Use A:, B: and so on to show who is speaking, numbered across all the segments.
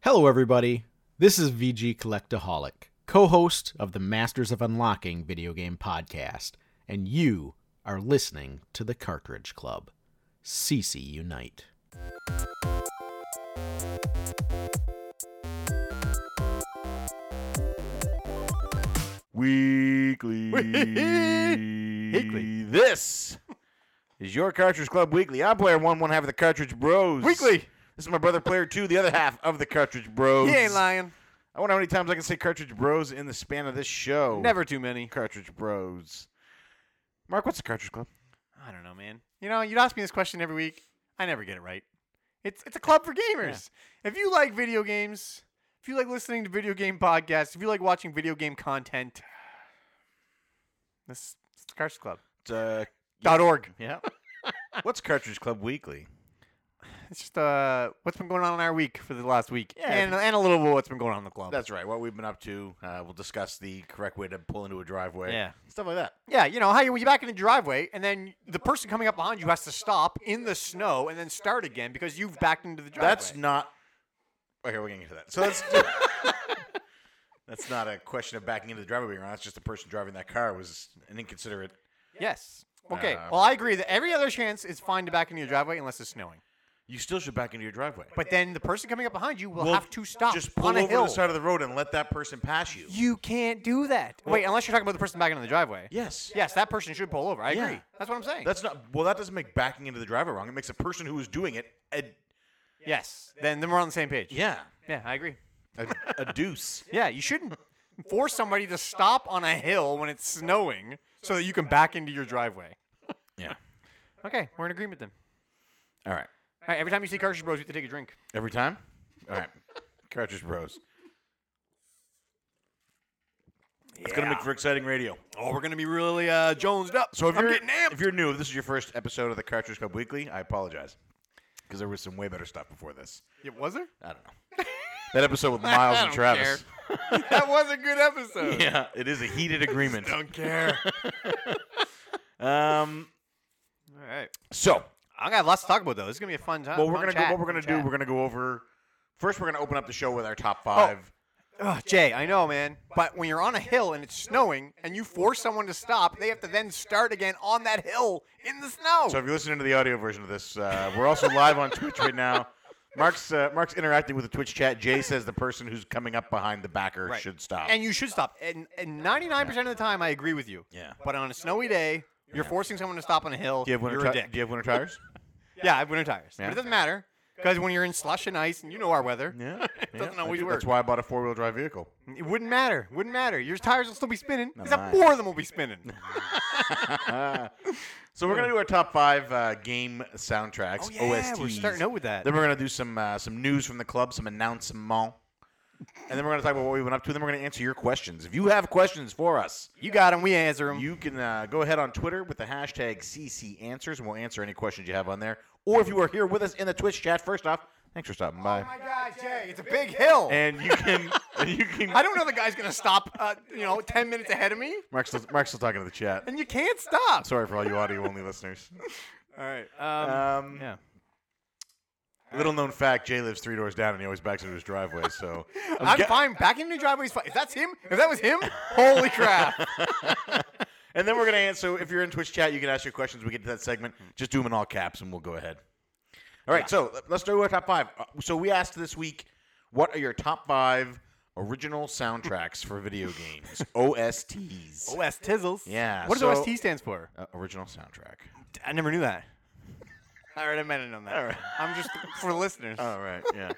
A: Hello, everybody. This is VG Collectaholic, co host of the Masters of Unlocking video game podcast, and you are listening to The Cartridge Club. CC Unite.
B: Weekly. Weekly. This is your Cartridge Club Weekly. I'm player one, one half of the Cartridge Bros.
C: Weekly.
B: This is my brother, player two, the other half of the Cartridge Bros.
C: He ain't lying.
B: I wonder how many times I can say Cartridge Bros in the span of this show.
C: Never too many.
B: Cartridge Bros. Mark, what's the Cartridge Club?
C: I don't know, man. You know, you'd ask me this question every week. I never get it right. It's it's a club for gamers. If you like video games, if you like listening to video game podcasts, if you like watching video game content, this it's the Cartridge Club
B: It's, uh,
C: dot org.
B: yeah. what's Cartridge Club Weekly?
C: It's just uh, what's been going on in our week for the last week,
B: Yeah.
C: and and a little bit of what's been going on in the club.
B: That's right. What we've been up to. Uh, we'll discuss the correct way to pull into a driveway.
C: Yeah.
B: Stuff like that.
C: Yeah, you know how you, you back in the driveway, and then the person coming up behind you has to stop in the snow and then start again because you've backed into the driveway.
B: That's not. Okay, we're gonna get to that. So that's that's not a question of backing into the driveway being wrong. That's just the person driving that car was an inconsiderate.
C: yes. Okay.
B: Uh,
C: well, I agree that every other chance is fine to back into your driveway unless it's snowing.
B: You still should back into your driveway.
C: But then the person coming up behind you will
B: Well,
C: have to stop
B: just pull
C: on a
B: over
C: hill.
B: to the side of the road and let that person pass you.
C: you can't do that. Wait, unless you're talking about the person backing into the driveway.
B: Yes.
C: Yes, that person should pull over. I
B: Yeah.
C: agree. That's what I'm saying.
B: That's not well. That doesn't make backing into the driveway wrong. It makes the person who was doing it a
C: yes. Then then we're on the same page.
B: yeah
C: Yeah, I agree.
B: a, a deuce.
C: Yeah, you shouldn't force somebody to stop on a hill when it's snowing so that you can back into your driveway.
B: Yeah.
C: Okay, we're in agreement then.
B: All right.
C: All right, every time you see Cartridge Bros, you have to take a drink.
B: Every time. All right. Cartridge Bros. It's gonna make for exciting radio.
C: Oh, we're gonna be really uh, jonesed up.
B: So if
C: I'm
B: you're
C: getting amped.
B: if you're new, if this is your first episode of the Cartridge Club Weekly, I apologize because there was some way better stuff before this.
C: It was there?
B: I don't know. that episode with Miles
C: I
B: and
C: don't
B: Travis.
C: that was a good episode.
B: Yeah, it is a heated agreement.
C: Don't care.
B: um,
C: All right.
B: so
C: I got lots to talk about though. This is gonna be a fun time.
B: what we're gonna go, what we're gonna do? We're gonna go over. First, we're gonna open up the show with our top
C: Oh.
B: five.
C: Ugh, Jay, I know, man. But when you're on a hill and it's snowing and you force someone to stop, they have to then start again on that hill in the snow.
B: So if you're listening to the audio version of this, uh, we're also live on Twitch right now. Mark's uh, Mark's interacting with the Twitch chat. Jay says the person who's coming up behind the backer
C: Right.
B: should stop.
C: and you should stop. And, and 99% of the time, I agree with you.
B: Yeah.
C: But on a snowy day, you're forcing someone to stop on a hill.
B: do you have winter?
C: you're a
B: ti-
C: dick.
B: do you have winter tires?
C: Yeah, I have winter tires.
B: Yeah.
C: But it doesn't matter because when you're in slush and ice, and you know our weather,
B: Yeah, it
C: doesn't always
B: That's
C: work.
B: why I bought a four wheel drive vehicle.
C: it wouldn't matter. Wouldn't matter. Your tires will still be spinning.
B: Not
C: Except
B: mine.
C: four of them will be spinning.
B: So we're gonna do our top five uh, game soundtracks, OSTs.
C: Hmm. Oh, we're starting out with that.
B: Then we're gonna do some uh, some news from the club, some announcement, and then we're gonna talk about what we went up to. Then we're gonna answer your questions. If you have questions for us,
C: You got them. We answer them.
B: you can uh, go ahead on Twitter with the hashtag CCAnswers, and we'll answer any questions you have on there. Or if you are here with us in the Twitch chat, first off, thanks for stopping by.
C: God, Jay, it's a big hill.
B: and you can and you can.
C: I don't know the guy's gonna stop. Uh, you know, ten minutes ahead of me,
B: Mark's still, Mark's still talking to the chat.
C: and you can't stop.
B: Sorry for all you audio only listeners.
C: All right. Uh,
B: Um,
C: yeah.
B: Little known fact, Jay lives three doors down and he always backs into his driveway. So
C: I'm,
B: ge-
C: fine. Back into the driveway is fine. If that's him, if that was him, holy crap.
B: And then we're gonna answer. If you're in Twitch chat, you can ask your questions. We get to that segment. Just do them in all caps, and we'll go ahead. All right. So let- let's start with our top five. Uh, So we asked this week, what are your top five original soundtracks for video games OSTs?
C: OS Tizzles.
B: Yeah,
C: What does
B: so-
C: OST stands for?
B: Uh, original soundtrack.
C: I never knew that. All right, I'm editing on that.
B: All right.
C: I'm just for the listeners.
B: All right. Yeah.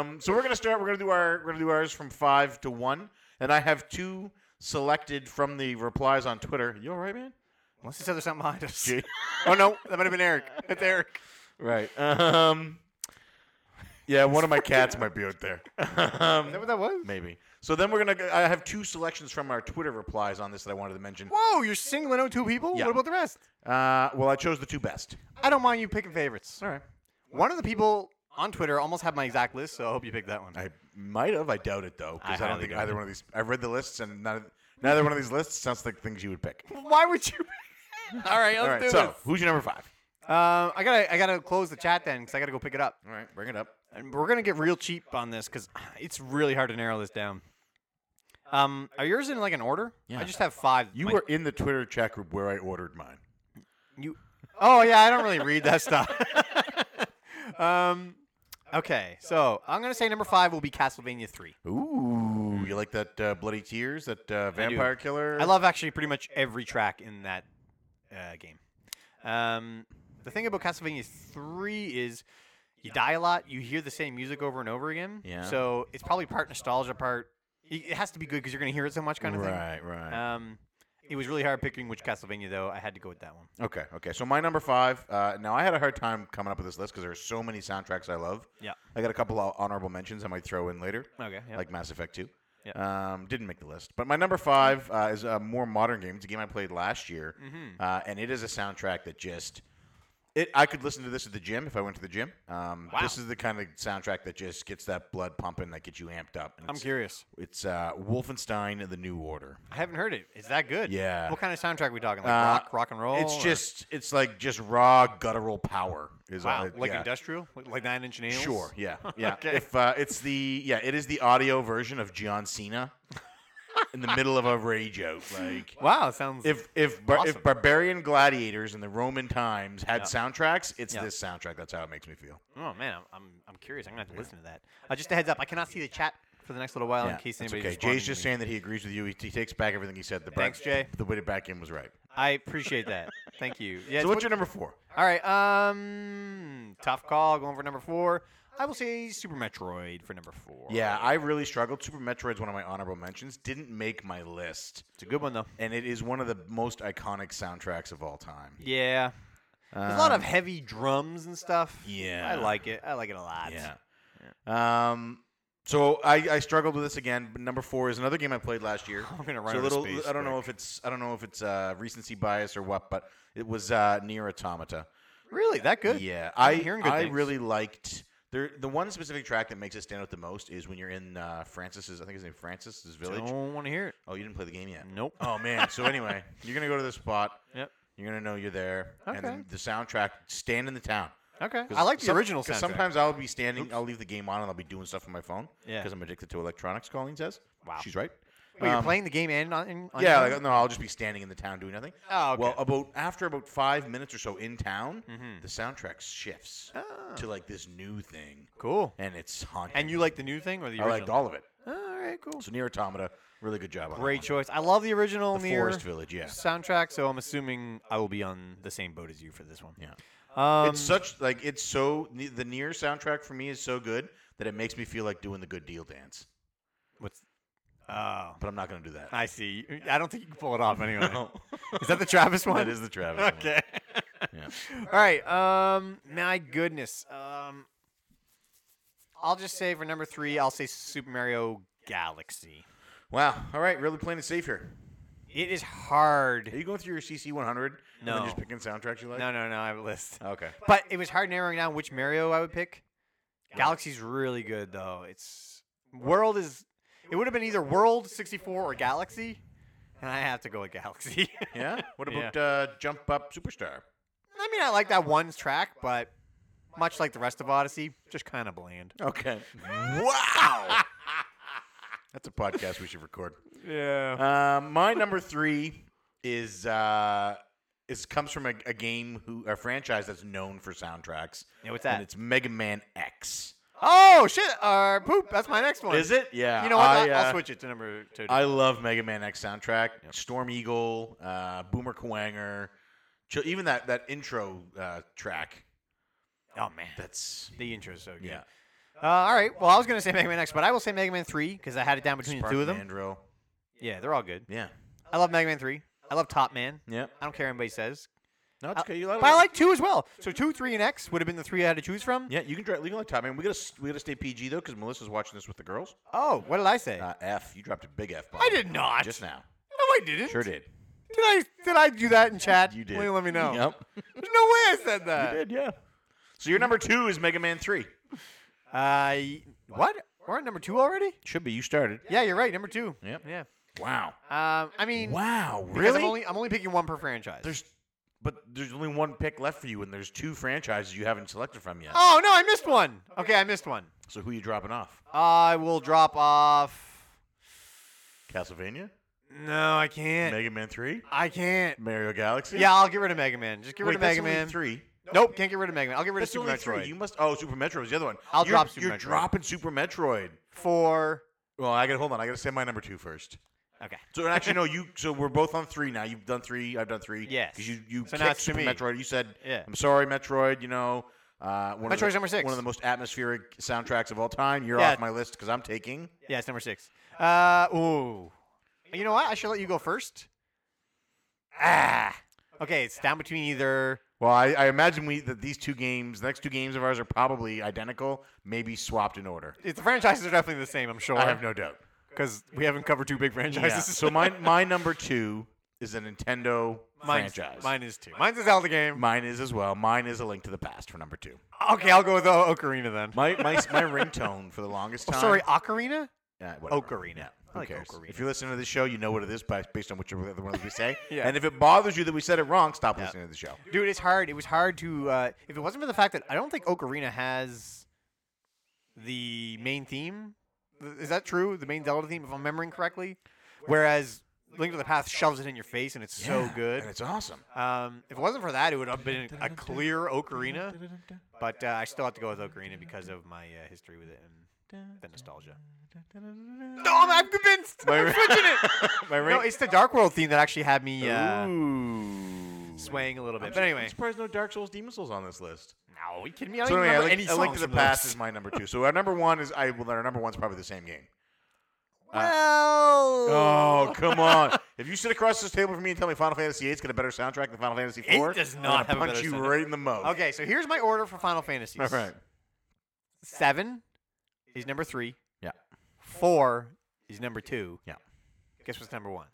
B: um, so we're gonna start. We're gonna do our. We're gonna do ours from five to one, and I have two selected from the replies on Twitter. You all right, man?
C: Unless he said there's something behind us.
B: Gee.
C: oh no, that might have been Eric. It's Eric.
B: Right. Um, yeah, one of my cats might be out there.
C: Is that what that was?
B: Maybe. So then we're gonna. go- I have two selections from our Twitter replies on this that I wanted to mention.
C: Whoa, you're singling out two people.
B: Yeah.
C: What about the rest?
B: Uh, well, I chose the two best.
C: I don't mind you picking favorites.
B: right.
C: One of the people on Twitter almost had my exact list, so I hope you picked that one.
B: I might have. I doubt it though, because
C: I
B: I, don't
C: highly
B: think
C: doubt
B: either one of these. I've read the lists, and none of- neither one of these lists sounds like things you would pick.
C: Why would you? All right, let's
B: All right.
C: do
B: So
C: this.
B: who's your number five?
C: Um, I gotta, I gotta close the chat then because I gotta go pick it up.
B: All right, bring it up.
C: and we're gonna get real cheap on this because it's really hard to narrow this down. Um, are yours in like an order?
A: Yeah.
C: I just have five.
B: You
C: My-
B: were in the Twitter chat group where I ordered mine.
C: You. Oh yeah, I don't really read that stuff. um. Okay, so I'm gonna say number five will be Castlevania three.
B: Ooh, you like that uh, Bloody Tears, that uh, vampire killer?
C: I love actually pretty much every track in that uh, game. Um, the thing about Castlevania 3 is you die a lot, you hear the same music over and over again.
A: Yeah.
C: So it's probably part nostalgia, part. It it has to be good because you're going to hear it so much, kind of
B: Right,
C: thing.
B: right.
C: Um, it was really hard picking which Castlevania, though. I had to go with that one.
B: okay, okay. So my number five. Uh, now I had a hard time coming up with this list because there are so many soundtracks I love.
C: Yeah.
B: I got a couple of honorable mentions I might throw in later,
C: Okay. Yeah.
B: like Mass Effect Two.
C: Yeah.
B: Um, didn't make the list, but my number five uh, is a more modern game. It's a game I played last year,
C: Mm-hmm.
B: uh, and it is a soundtrack that just it. I could listen to this at the gym if I went to the gym. Um, This is the kind of soundtrack that just gets that blood pumping, that gets you amped up. And
C: I'm
B: it's-
C: curious.
B: It's uh, Wolfenstein: The New Order.
C: I haven't heard it. Is that good?
B: Yeah.
C: What kind of soundtrack are we talking? Like
B: Uh,
C: rock, rock and roll?
B: It's
C: or-
B: just it's like just raw guttural power. Is all
C: wow,
B: it-
C: like
B: uh, yeah.
C: industrial, like, like Nine Inch Nails.
B: Sure, yeah, yeah.
C: Okay.
B: If uh, it's the yeah, it is the audio version of John Cena in the middle of a rage out. Like
C: Wow, sounds.
B: if if bar-
C: Awesome.
B: if barbarian gladiators in the Roman times had soundtracks, it's
C: Yeah.
B: this soundtrack. That's how it makes me feel.
C: Oh man, I'm I'm, I'm curious. I'm gonna have to listen to that. Uh, just a heads up, I cannot see the chat for the next little while Oh, in
B: Yeah,
C: case
B: that's
C: anybody.
B: okay. Jay's just saying that he agrees with you. He, he takes back everything he said. The
C: Thanks,
B: back,
C: Jay.
B: The way to back in was right.
C: I appreciate that. Thank you. Yeah.
B: So
C: it's
B: what's your number four?
C: what- all right. Um, tough call. Going for number four. I will say Super Metroid for number four.
B: Yeah, I really struggled. Super Metroid's one of my honorable mentions. Didn't make my list.
C: it's a good one though.
B: and it is one of the most iconic soundtracks of all time.
C: Yeah. There's a lot of heavy drums and stuff.
B: Um, yeah.
C: I like it. I like it a lot.
B: Yeah. Um, so I, I struggled with this again. But number four is another game I played last year.
C: I'm gonna run
B: So a
C: out of
B: little.
C: space
B: I don't know
C: quick.
B: if it's I don't know if it's uh, recency bias or what, but it was uh, near Automata.
C: Really, that good.
B: Yeah, I
C: I'm hearing good
B: I
C: things.
B: really liked. There, the one specific track that makes it stand out the most is when you're in uh, Francis's. I think his name Francis's village.
C: Don't want to hear it.
B: Oh, you didn't play the game yet.
C: Nope.
B: Oh man. So anyway, you're gonna go to this spot.
C: Yep.
B: You're gonna know you're there, and
C: Okay.
B: then the soundtrack stand in the town.
C: Okay.
B: 'Cause
C: I like the
B: some-
C: original
B: 'cause
C: soundtrack.
B: Sometimes I'll be standing, I'll leave the game on, and I'll be doing stuff on my phone.
C: Yeah.
B: Because I'm addicted to electronics. Colleen says.
C: Wow.
B: She's right.
C: Wait, you're
B: Um,
C: playing the game and on, on your
B: Yeah.
C: phone?
B: Like, no, I'll just be standing in the town doing nothing.
C: Oh, okay. Mm-hmm.
B: Well, about after about five minutes or so in town, the soundtrack shifts to like this new thing,
C: cool.
B: and it's haunting.
C: Ah. And you like the new thing or the
B: I
C: original?
B: liked all of it.
C: All right, cool.
B: So near Automata, really good job. on that
C: Great
B: one.
C: choice. I love the original
B: The
C: Nier
B: Forest Village. Yeah.
C: soundtrack, so I'm assuming I will be on the same boat as you for this one.
B: Yeah.
C: Um,
B: it's such like it's so the near soundtrack for me is so good that it makes me feel like doing the good deal dance,
C: what's? Oh,
B: but I'm not gonna do that.
C: I see. I don't think you can pull it off anyway.
B: No.
C: Is that the Travis one?
B: that is the Travis. one.
C: Okay.
B: Yeah.
C: All right. Um, my goodness. Um, I'll just say for number three, I'll say Super Mario Galaxy.
B: Wow. All right. Really playing it safe here.
C: It is
B: Are
C: hard.
B: you going through your CC 100 and
C: No.
B: then just picking soundtracks you like?
C: No, no, no. I have a list.
B: Okay.
C: But it was hard narrowing down which Mario I would pick. Galaxy's really good though. It's World is it would have been either World 64 or Galaxy, and I have to go with Galaxy.
B: Yeah. What
C: Yeah.
B: about uh, Jump Up Superstar?
C: I mean, I like that one track, but much like the rest of Odyssey, just kind of bland.
B: Okay. wow. That's a podcast we should record.
C: Yeah.
B: Uh, my number three is uh, is comes from a, a game who a franchise that's known for soundtracks.
C: Yeah, what's
B: And
C: that?
B: it's Mega Man X.
C: Oh shit! Uh, poop. That's my next one.
B: Is it? Yeah.
C: You know what? I,
B: I,
C: will
B: uh,
C: switch it to number two.
B: I love Mega Man X soundtrack. Storm Eagle, uh, Boomer Kwanger, Ch- even that that intro uh, track.
C: oh man,
B: That's
C: the intro is so good.
B: yeah.
C: Uh, all right. Well, I was gonna say Mega Man X, but I will say Mega Man Three because I had it down between the two of them.
B: Mandrill.
C: Yeah, they're all good.
B: Yeah.
C: I love Mega Man 3. I love Top Man.
B: Yeah.
C: I don't care what anybody says.
B: No, it's
C: I-
B: okay. You
C: But I like 2 as well. So 2, 3, and X would have been the three I had to choose from.
B: Yeah, you can drive. You can like Top Man. We gotta s- we gotta stay PG though, because Melissa's watching this with the girls.
C: Oh, what did I say?
B: Uh, F. You dropped a big F bomb.
C: I did not.
B: Just now.
C: No, I didn't.
B: Sure did.
C: Did I, did I do that in chat?
B: You did.
C: Please let me know.
B: Yep.
C: There's no way I said that.
B: did. Yeah. So your number two is Mega Man Three.
C: Uh, y- what? We're at number 2 already?
B: Should be. You started.
C: Yeah, you're right. Number 2.
B: Yep.
C: Yeah.
B: Wow.
C: Um, I mean,
B: Wow.
C: because
B: Really?
C: I'm only, I'm only picking one per franchise.
B: There's, but there's only one pick left for you, and there's two franchises you haven't selected from yet.
C: Oh no, I missed one. Okay, I missed one.
B: So who you dropping off?
C: I will drop off.
B: Castlevania,
C: No, I can't.
B: Mega Man Three,
C: I can't.
B: Mario Galaxy.
C: Yeah, I'll get rid of Mega Man. Just get
B: Wait,
C: rid of
B: that's
C: Mega
B: only
C: Man.
B: Three.
C: Nope, can't get rid of Mega Man. I'll get rid
B: That's
C: of
B: only
C: Super
B: three. You
C: Metroid.
B: must. Oh, Super Metroid was the other one.
C: I'll
B: you're,
C: drop Super
B: You're
C: Metroid.
B: dropping Super Metroid.
C: Four.
B: Well, I got to hold on. I got to say my number two first.
C: Okay.
B: So actually, no. You. So we're both on three now. You've done three. I've done three.
C: Yes.
B: Because you you
C: So now
B: kicked
C: it's to
B: Super
C: me.
B: Metroid. You said,
C: Yeah.
B: "I'm sorry, Metroid." You know, uh, one of
C: Metroid's
B: the,
C: number six.
B: One of the most atmospheric soundtracks of all time. You're
C: Yeah.
B: off my list because I'm taking.
C: Yeah, it's number six. Uh, ooh. You know what? I should let you go first. Ah. Okay, it's down between either.
B: Well, I, I imagine we that these two games, the next two games of ours, are probably identical, maybe swapped in order.
C: It's, the franchises are definitely the same. I'm sure.
B: I have no doubt.
C: because we haven't covered two big franchises.
B: Yeah. so my my number two is a Nintendo
C: Mine's-
B: franchise.
C: Mine is two. Mine's a Zelda game.
B: Mine is as well. Mine is A Link to the Past for number two.
C: Okay, I'll go with O- Ocarina then.
B: My my my ringtone for the longest
C: Oh,
B: time.
C: sorry, Ocarina.
B: Yeah, whatever.
C: Ocarina.
B: Who
C: I like
B: cares?
C: Ocarina.
B: If you're listening to the show, you know what it is by, based on which of the other ones we say.
C: Yeah.
B: And if it bothers you that we said it wrong, stop
C: Yeah.
B: listening to the show.
C: Dude, it's hard. It was hard to. Uh, if it wasn't for the fact that I don't think Ocarina has the main theme. Th- Is that true? The main Zelda theme, if I'm remembering correctly. Whereas Link to the Past shoves it in your face, and it's so
B: Yeah,
C: good.
B: And it's awesome.
C: Um, if it wasn't for that, it would have been a clear Ocarina. But uh, I still have to go with Ocarina because of my uh, history with it and the nostalgia. No, I'm, I'm convinced. I'm switching it.
B: My ring.
C: No, it's the Dark World theme that actually had me uh,
B: Ooh.
C: swaying a little bit.
B: I'm
C: But anyway,
B: surprised no Dark Souls, Demon Souls on this list.
C: no, are you kidding me? I don't
B: So
C: even
B: anyway, I
C: remember
B: like,
C: any
B: I
C: songs
B: like to the
C: from
B: past
C: those.
B: is my number two. So our number one is I. Well, our number one's probably the same game. Uh,
C: Well,
B: Oh come on! If you sit across this table from me and tell me Final Fantasy VII's got a better soundtrack than Final Fantasy
C: It
B: IV,
C: does
B: I'm gonna
C: not have a
B: punch
C: better
B: you
C: soundtrack.
B: right in the mouth.
C: Okay, so here's my order for Final Fantasies.
B: All right.
C: Seven is number three.
B: Yeah.
C: Four is number two.
B: Yeah.
C: Guess what's number one?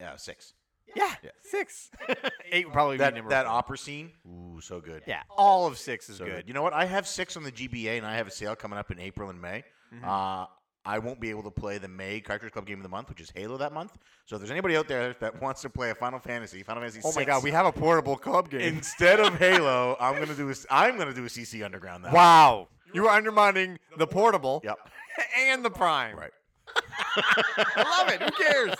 B: Yeah, six.
C: Yeah.
B: Yeah.
C: Six. Eight would probably be
B: That
C: number
B: that
C: four.
B: opera scene. Ooh, so good.
C: Yeah, all of six is
B: so
C: good.
B: good. You know what? I have six on the GBA, and I have a sale coming up in April and May.
C: Mm-hmm.
B: Uh, I won't be able to play the May Cartridge Club game of the month, which is Halo that month. So if there's anybody out there that wants to play a Final Fantasy, Final Fantasy.
C: Oh my
B: VI
C: god, we have a portable club game.
B: instead of Halo, I'm gonna do a, I'm gonna do a CC Underground. That
C: wow. You are undermining the portable
B: Yep.
C: and the prime.
B: Right.
C: I love it. Who cares?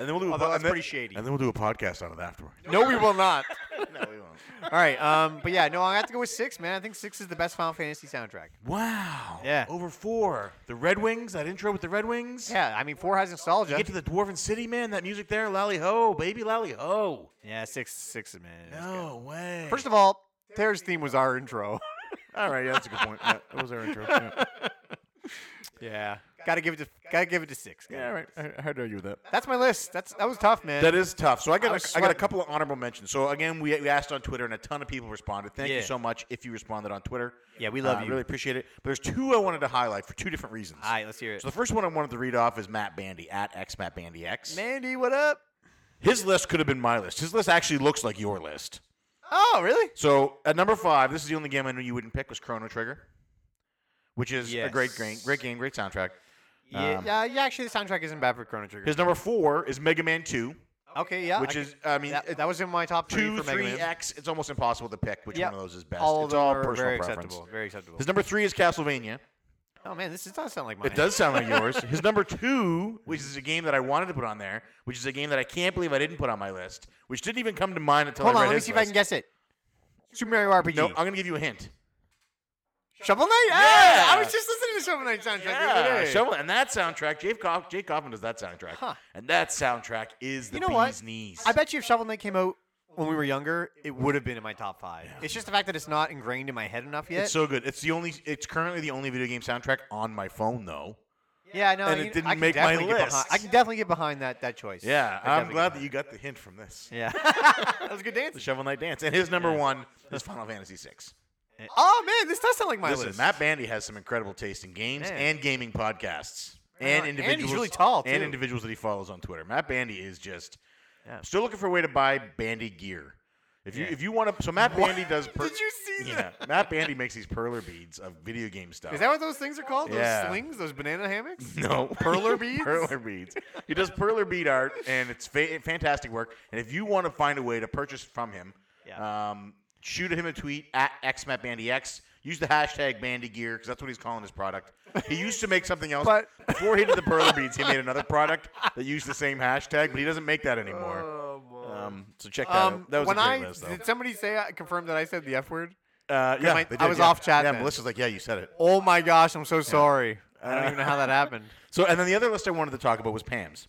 B: And then we'll do.
C: Although
B: a, po-
C: that's
B: and then-
C: pretty shady.
B: And then we'll do a podcast on it afterward.
C: No, we will not.
B: no, we won't.
C: All right. Um, but yeah, no, I have to go with six, man. I think six is the best Final Fantasy soundtrack.
B: Wow.
C: Yeah.
B: Over four. The Red Wings. That intro with the Red Wings.
C: Yeah, I mean four has nostalgia.
B: Get to the Dwarven City, man. That music there, Lally Ho, baby, Lally Ho.
C: yeah, six, six, man. that's
B: No way.
C: good. First of all, Terra's theme was our intro.
B: all right, yeah, that's a good point. Yeah, that was our intro.
C: yeah, gotta give it to, gotta give it to six.
B: Yeah,
C: Gotta give
B: all right. I, I had to argue with that.
C: it- That's my list. That's that was tough, man.
B: That is tough. So I got
C: I
B: a-
C: was
B: I got a
C: sweating.
B: couple of honorable mentions. So again, we, we asked on Twitter, and a ton of people responded. Thank you
C: Yeah.
B: so much if you responded on Twitter.
C: Yeah, we love
B: Uh,
C: you.
B: Really appreciate it. But there's two I wanted to highlight for two different reasons.
C: all right, let's hear it.
B: so the first one I wanted to read off is Matt Bandy at x Matt Bandy x.
C: Mandy, what up?
B: His list could have been my list. His list actually looks like your list.
C: Oh, really?
B: So at number five, this is the only game I knew you wouldn't pick was Chrono Trigger, which is a great
C: Yes.
B: game, great game, great soundtrack.
C: Yeah,
B: Um,
C: yeah, yeah. Actually, the soundtrack isn't bad for Chrono Trigger.
B: His number four is Mega Man Two,
C: Okay, yeah.
B: which
C: I
B: is I mean
C: That,
B: it-
C: that was in my top three
B: two,
C: for Mega
B: three
C: Man.
B: X. It's almost impossible to pick which
C: Yep.
B: one of those is best.
C: All of
B: it's
C: them
B: all
C: are
B: personal
C: very
B: preference.
C: acceptable. Very acceptable.
B: His number three is Castlevania.
C: Oh man, this does sound like mine.
B: It does sound like yours. His number two, which is a game that I wanted to put on there, which is a game that I can't believe I didn't put on my list, which didn't even come to mind until
C: Hold
B: I
C: on,
B: read
C: let me
B: his
C: see if I
B: list.
C: can guess it. Super Mario RPG.
B: No, I'm gonna give you a hint.
C: Shovel Knight. Yeah!
B: Yeah!
C: I was just listening to Shovel Knight soundtrack the
B: Yeah,
C: other day.
B: Shovel- and that soundtrack, Jake, Kauf, Jake Kaufman does that soundtrack,
C: Huh.
B: and that soundtrack is the
C: You know
B: bee's
C: what?
B: knees.
C: I bet you if Shovel Knight came out when we were younger, it would have been in my top five. It's just the fact that it's not ingrained in my head enough yet.
B: it's so good. It's the only. It's currently the only video game soundtrack on my phone, though.
C: yeah, I know.
B: and
C: I
B: it
C: can-
B: didn't
C: I can
B: make my
C: definitely get behind-
B: list.
C: I can definitely get behind that that choice.
B: Yeah,
C: I
B: I'm
C: definitely
B: glad
C: get
B: that you got the hint from this.
C: Yeah, that was a good
B: The
C: dance.
B: Shovel Knight dance, and his number one is Final Fantasy VI.
C: Oh man, this does sound like my
B: Listen,
C: list.
B: Matt Bandy has some incredible taste in games
C: Man.
B: and gaming podcasts,
C: on.
B: and
C: And he's
B: individuals.
C: really tall,
B: and
C: too.
B: individuals that he follows on Twitter. Matt Bandy is just
C: Yeah.
B: still looking for a way to buy Bandy gear. If you
C: Yeah.
B: if you want to, so Matt Bandy does. Per-
C: Did you see
B: yeah,
C: that?
B: Matt Bandy makes these perler beads of video game stuff.
C: Is that what those things are called? Those
B: Yeah.
C: slings? Those banana hammocks?
B: No,
C: Perler beads?
B: perler beads. He does perler bead art, and it's fa- fantastic work. And if you want to find a way to purchase from him,
D: Yeah.
B: um, shoot him a tweet at xmatbandyx. Use the hashtag Bandy Gear because that's what he's calling his product. He used to make something else.
C: But-
B: before he did the perler beads, he made another product that used the same hashtag, but he doesn't make that anymore. Um, so check that
C: Oh, Um,
B: out. That was
C: when
B: a great
C: I
B: list, though.
C: did somebody say I confirmed that I said the F word?
B: Uh, yeah,
C: I-
B: they
C: I
B: did,
C: was
B: yeah.
C: off chat
B: Yeah,
C: then.
B: Melissa's like, yeah, you said it.
C: Oh my gosh, I'm so sorry. I don't even know how that happened.
B: So, and then the other list I wanted to talk about was Pam's,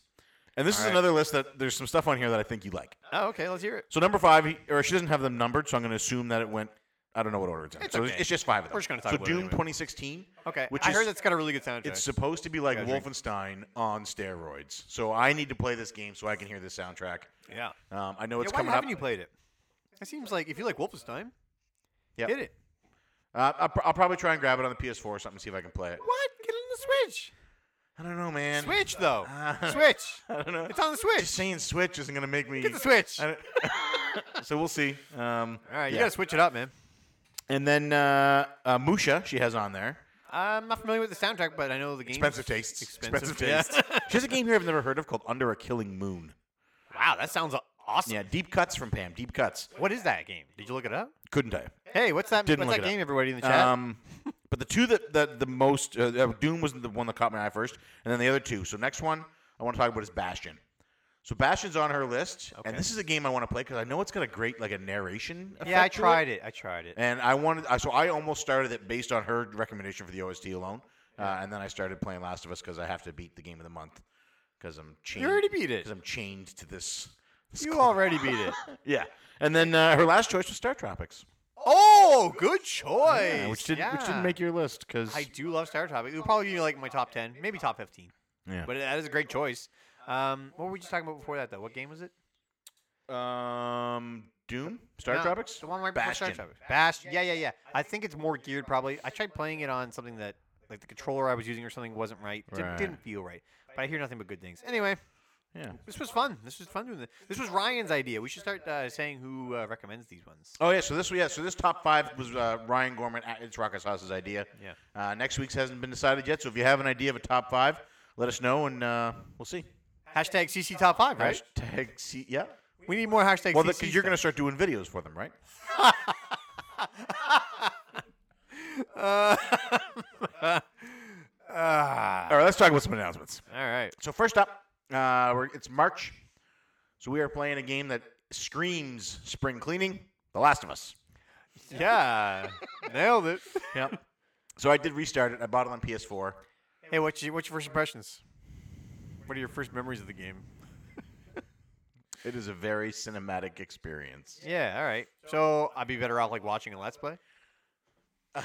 B: and this is another list that there's some stuff on here that I think you like.
C: Oh, okay, let's hear it.
B: So number five, he, or she doesn't have them numbered, so I'm going to assume that it went. I don't know what order it's in. so it's-
C: okay.
B: it's just five of them.
C: We're just gonna talk
B: so
C: about it
B: Doom
C: anyway.
B: 2016.
C: Okay,
B: Which
C: I
B: is-
C: heard that's got a really good soundtrack.
B: It's supposed to be like
C: drink.
B: Wolfenstein on steroids. So I need to play this game so I can hear this soundtrack.
C: yeah.
B: Um, I know it's
D: why
B: coming
D: haven't
B: up.
D: you played it?
C: It seems like if you like Wolfenstein,
B: Yep.
C: get it.
B: Uh, I'll, pr- I'll probably try and grab it on the PS4 or something, see if I can play it.
C: What? Get it on the Switch.
B: I don't know, man.
C: Switch though.
B: Uh,
C: Switch.
B: I don't know.
C: It's on the Switch.
B: Just saying Switch isn't going to make me.
C: Get the Switch.
B: I
C: All
B: don't- so we'll see. Um,
C: right, you
B: yeah.
C: gotta switch it up, man.
B: And then uh, uh, Musha, she has on there.
C: I'm not familiar with the soundtrack, but I know the game.
B: Expensive tastes.
C: Expensive
B: tastes. she has a game here I've never heard of called Under a Killing Moon.
C: Wow, that sounds aw- awesome.
B: Yeah, deep cuts from Pam. Deep cuts.
C: What is that game? Did you look it up?
B: Couldn't I?
C: Hey, what's that?
B: Didn't
C: what's
B: look
C: that
B: it up.
C: game? Everybody in the chat.
B: Um, but the two that, that the most uh, uh, Doom was the one that caught my eye first, and then the other two. So next one I want to talk about is Bastion. So Bastion's on her list, and this is a game I want to play because I know it's got a great like a narration.
D: Yeah, I
B: effect to it.
D: tried it. I tried it.
B: And I wanted, I, so I almost started it based on her recommendation for the OST alone, uh, and then I started playing Last of Us because I have to beat the game of the month because I'm chained.
C: already beat it.
B: Because I'm chained to this. this
C: you
B: club.
C: already beat it.
B: Yeah, and then uh, her last choice was Star Tropics,
C: Oh, good choice.
B: uh, which didn't which
C: Yeah.
B: didn't make your list because
C: I do love Star Topic. It would probably be like my top ten, maybe top fifteen.
B: Yeah.
C: But that is a great choice. Um, what were we just talking about before that though? What game was it?
B: um Doom Star
C: No,
B: Tropics.
C: The one right before Star
B: Bastion.
C: Tropics. Bastion. Yeah, yeah, yeah. I think it's more geared probably. I tried playing it on something that like the controller I was using or something wasn't right. Didn't-
B: Right.
C: Didn't feel right. But I hear nothing but good things. Anyway,
B: Yeah.
C: this was fun. This was fun doing this. This was Ryan's idea. We should start uh, saying who uh, recommends these ones.
B: Oh yeah, so this yeah, so this top five was uh, Ryan Gorman at It's Rocket Sauce's idea.
C: Yeah.
B: Uh, next week's hasn't been decided yet, so if you have an idea of a top five, let us know and uh, we'll see.
C: Hashtag CC Top Five, right?
B: Hashtag C- yeah.
C: We need more hashtag.
B: Well,
C: CC
B: because you're
C: stuff.
B: gonna start doing videos for them, right? Uh, All right, let's talk about some announcements.
C: All right.
B: So first up, uh, we're, it's March, so we are playing a game that screams spring cleaning, The Last of Us.
C: Yeah, nailed it.
B: Yep. so I did restart it. I bought it on PS4.
C: Hey, what's your, what's your first impressions? What are your first memories of the game?
B: It is a very cinematic experience.
C: Yeah, all right. So I'd be better off like watching a Let's Play.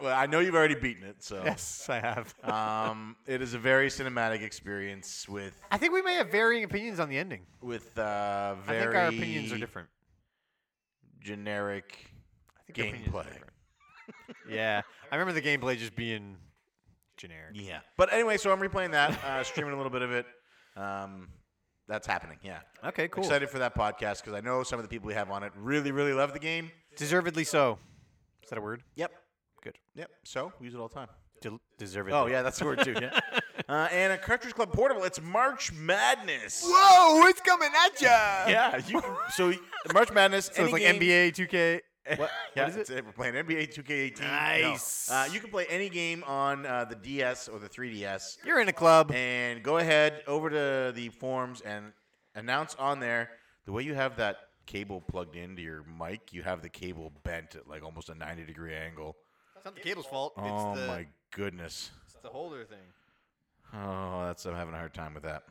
B: well, I know you've already beaten it, so
C: Yes, I have.
B: um, it is a very cinematic experience with
C: I think we may have varying opinions on the ending.
B: with uh, very
C: I think our opinions are different.
B: generic
C: I think our opinions are
B: gameplay.
C: different. yeah, I remember the gameplay just being generic.
B: Yeah, but anyway, so I'm replaying that, uh, streaming a little bit of it. Um, that's happening. Yeah,
C: Okay, cool.
B: excited for that podcast because I know some of the people we have on it really, really love the game.
C: Deservedly so. Is that a word?
B: Yep.
C: Good.
B: Yep. So we use it all the time.
C: De- deservedly.
B: Oh yeah, that's the word too. Yeah. uh, and a Cartridge Club Portable. It's March Madness.
C: Whoa, it's coming at ya!
B: Yeah. You, so March Madness.
C: So it's like NBA 2K.
B: What, yeah,
C: is it?
B: it's- We're playing NBA 2K18.
C: Nice.
B: No. Uh, you can play any game on uh, the DS or the 3DS,
C: You're in a club.
B: and go ahead over to the forums and announce on there the way you have that cable plugged into your mic. You have the cable bent at like almost a 90 degree angle.
C: It's not the cable's fault.
B: oh my goodness.
D: It's the holder thing.
B: Oh, that's I'm having a hard time with that.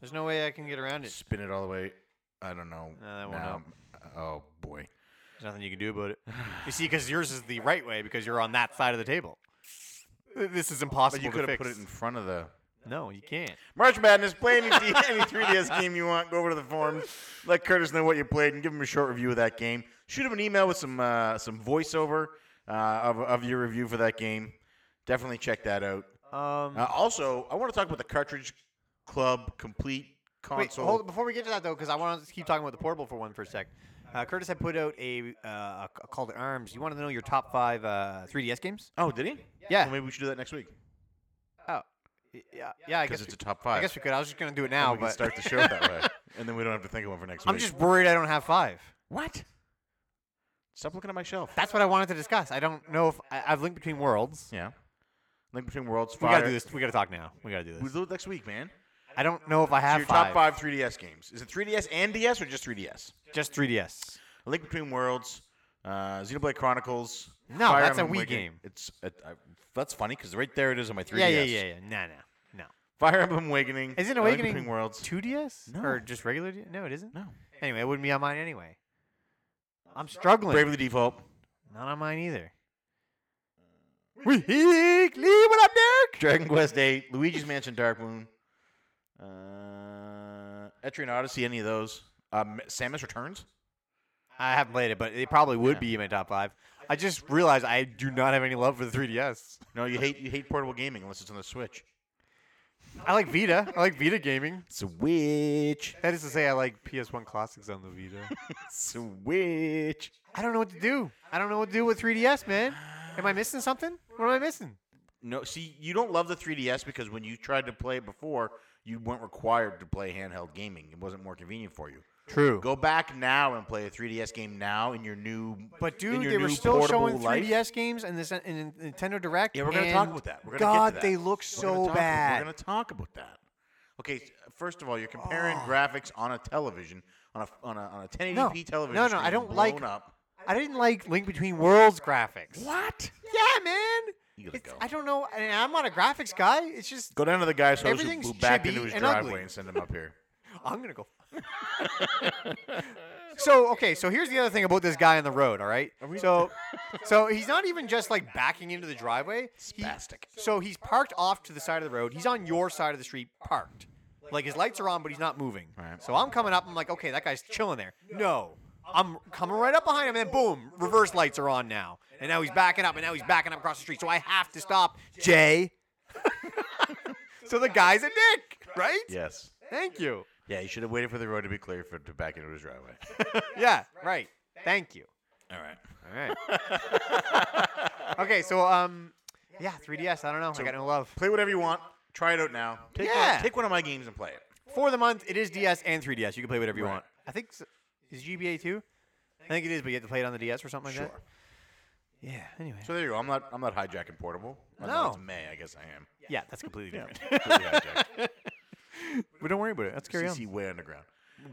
C: There's no way I can get around it.
B: Spin it all the way. I don't know.
C: No, that won't
B: Now- Oh boy.
C: There's nothing you can do about it. You see, because yours is the right way because you're on that side of the table. Th- This is impossible.
B: But you
C: to
B: could have
C: fix.
B: put it in front of the
C: No, you can't.
B: March Madness, play any, D- any 3DS game you want. Go over to the forums, let Curtis know what you played, and give him a short review of that game. Shoot him an email with some uh, some voiceover uh, of, of your review for that game. Definitely check that out.
C: Um,
B: Uh, also, I want to talk about the Cartridge Club Complete
C: wait,
B: console.
C: hold before we get to that though, because I want to keep talking about the portable for one for a sec. Uh, Curtis had put out a, uh, a c- call to arms. You wanted to know your top five uh, 3DS games?
B: Oh, did he?
C: Yeah.
B: Well, maybe we should do that next week
C: Oh, y- yeah, yeah. I
B: because it's
C: guess
B: a
C: we,
B: top five.
C: I guess we could. I was just gonna do it
B: And
C: now,
B: we can
C: but
B: start the show that way, and then we don't have to think of one for next
C: I'm
B: week.
C: just worried I don't have five.
B: what? Stop looking at my shelf.
C: That's what I wanted to discuss. I don't know if I, I've linked between worlds.
B: Yeah. Link between worlds.
C: We
B: Fire.
C: gotta do this. We gotta talk now. We gotta do
B: We
C: this.
B: do it next week, man.
C: I don't know if I
B: So
C: have
B: your top five 3DS games. Is it 3DS and DS or just 3DS?
C: Just 3DS.
B: A Link Between Worlds, uh, Xenoblade Chronicles.
C: No,
B: Fire
C: that's a
B: Emblem
C: Wii
B: Awakening.
C: game.
B: It's uh, I, that's funny because right there it is on my 3DS.
C: Yeah, yeah, yeah, yeah. No, no, no.
B: Fire Emblem Awakening.
C: Isn't
B: A Link
C: Awakening
B: Between Worlds?
C: 2DS
B: No.
C: or just regular? D- No, it isn't.
B: no.
C: Anyway, it wouldn't be on mine anyway. I'm struggling.
B: Bravely Default.
C: Not on mine either. Weekly, what up, Derek?
B: Dragon Quest Eight. Luigi's Mansion Dark Moon. Uh, Etrian Odyssey. Any of those? Um, Samus Returns.
C: I haven't played it, but it probably would be in my top five. I just realized I do not have any love for the 3DS.
B: No, you hate you hate portable gaming unless it's on the Switch.
C: I like Vita. I like Vita gaming.
B: Switch.
C: That is to say, I like PS1 classics on the Vita.
B: Switch.
C: I don't know what to do. I don't know what to do with 3DS, man. Am I missing something? What am I missing?
B: No, see, you don't love the 3DS because when you tried to play it before, you weren't required to play handheld gaming. It wasn't more convenient for you.
C: True.
B: Go back now and play a 3DS game now in your new.
C: But
B: in
C: dude,
B: your
C: they were
B: new
C: still
B: portable
C: showing
B: life.
C: 3DS games and this in Nintendo Direct.
B: Yeah, we're gonna
C: and
B: talk about that. We're gonna get to
C: God,
B: that.
C: they look
B: We're gonna
C: so
B: talk-
C: bad.
B: We're going to talk about that. Okay, s- first of all, you're comparing graphics on a television on a on a, on a 1080p
C: Oh. No.
B: television.
C: No, no, I
B: screen
C: don't
B: blown
C: like-
B: up.
C: I didn't like Link Between Worlds graphics.
B: What?
C: Yeah, man.
B: You gotta
C: It's-
B: go.
C: I don't know, and I'm not a graphics guy. It's just
B: Go down to the guy's house who
C: Everything's
B: blew back
C: chibi
B: into his
C: and
B: driveway
C: ugly.
B: and send him up here.
C: I'm gonna go. so okay, so here's the other thing about this guy on the road. All right, so so he's not even just like backing into the driveway. He-
B: Spastic.
C: so he's parked off to the side of the road. He's on your side of the street, parked. Like his lights are on, but he's not moving.
B: Right.
C: So I'm coming up. I'm like, okay, that guy's chilling there. No, I'm coming right up behind him, and boom, reverse lights are on now. And now he's backing up, and now he's backing up across the street. So I have to stop, Jay. so the guy's a dick, right?
B: Yes.
C: Thank you.
B: Yeah, you should have waited for the road to be clear for to back into his driveway.
C: Yeah, right. Thank you.
B: All right.
C: All right. okay, so um, yeah, 3DS. I don't know. I got no love.
B: Play whatever you want. Try it out now. Take,
C: Yeah.
B: one, take one of my games and play it.
C: For the month, it is DS and 3DS. You can play whatever you
B: Right.
C: want. I think s- is GBA too. I think it is, but you have to play it on the DS or something like that.
B: Sure.
C: Yeah. Anyway.
B: So there you go. I'm not I'm not hijacking portable.
C: No.
B: It's May. I guess I am.
C: yeah, that's completely different.
B: Completely hijacked.
C: but don't worry about it. Let's carry on.
B: CC way underground.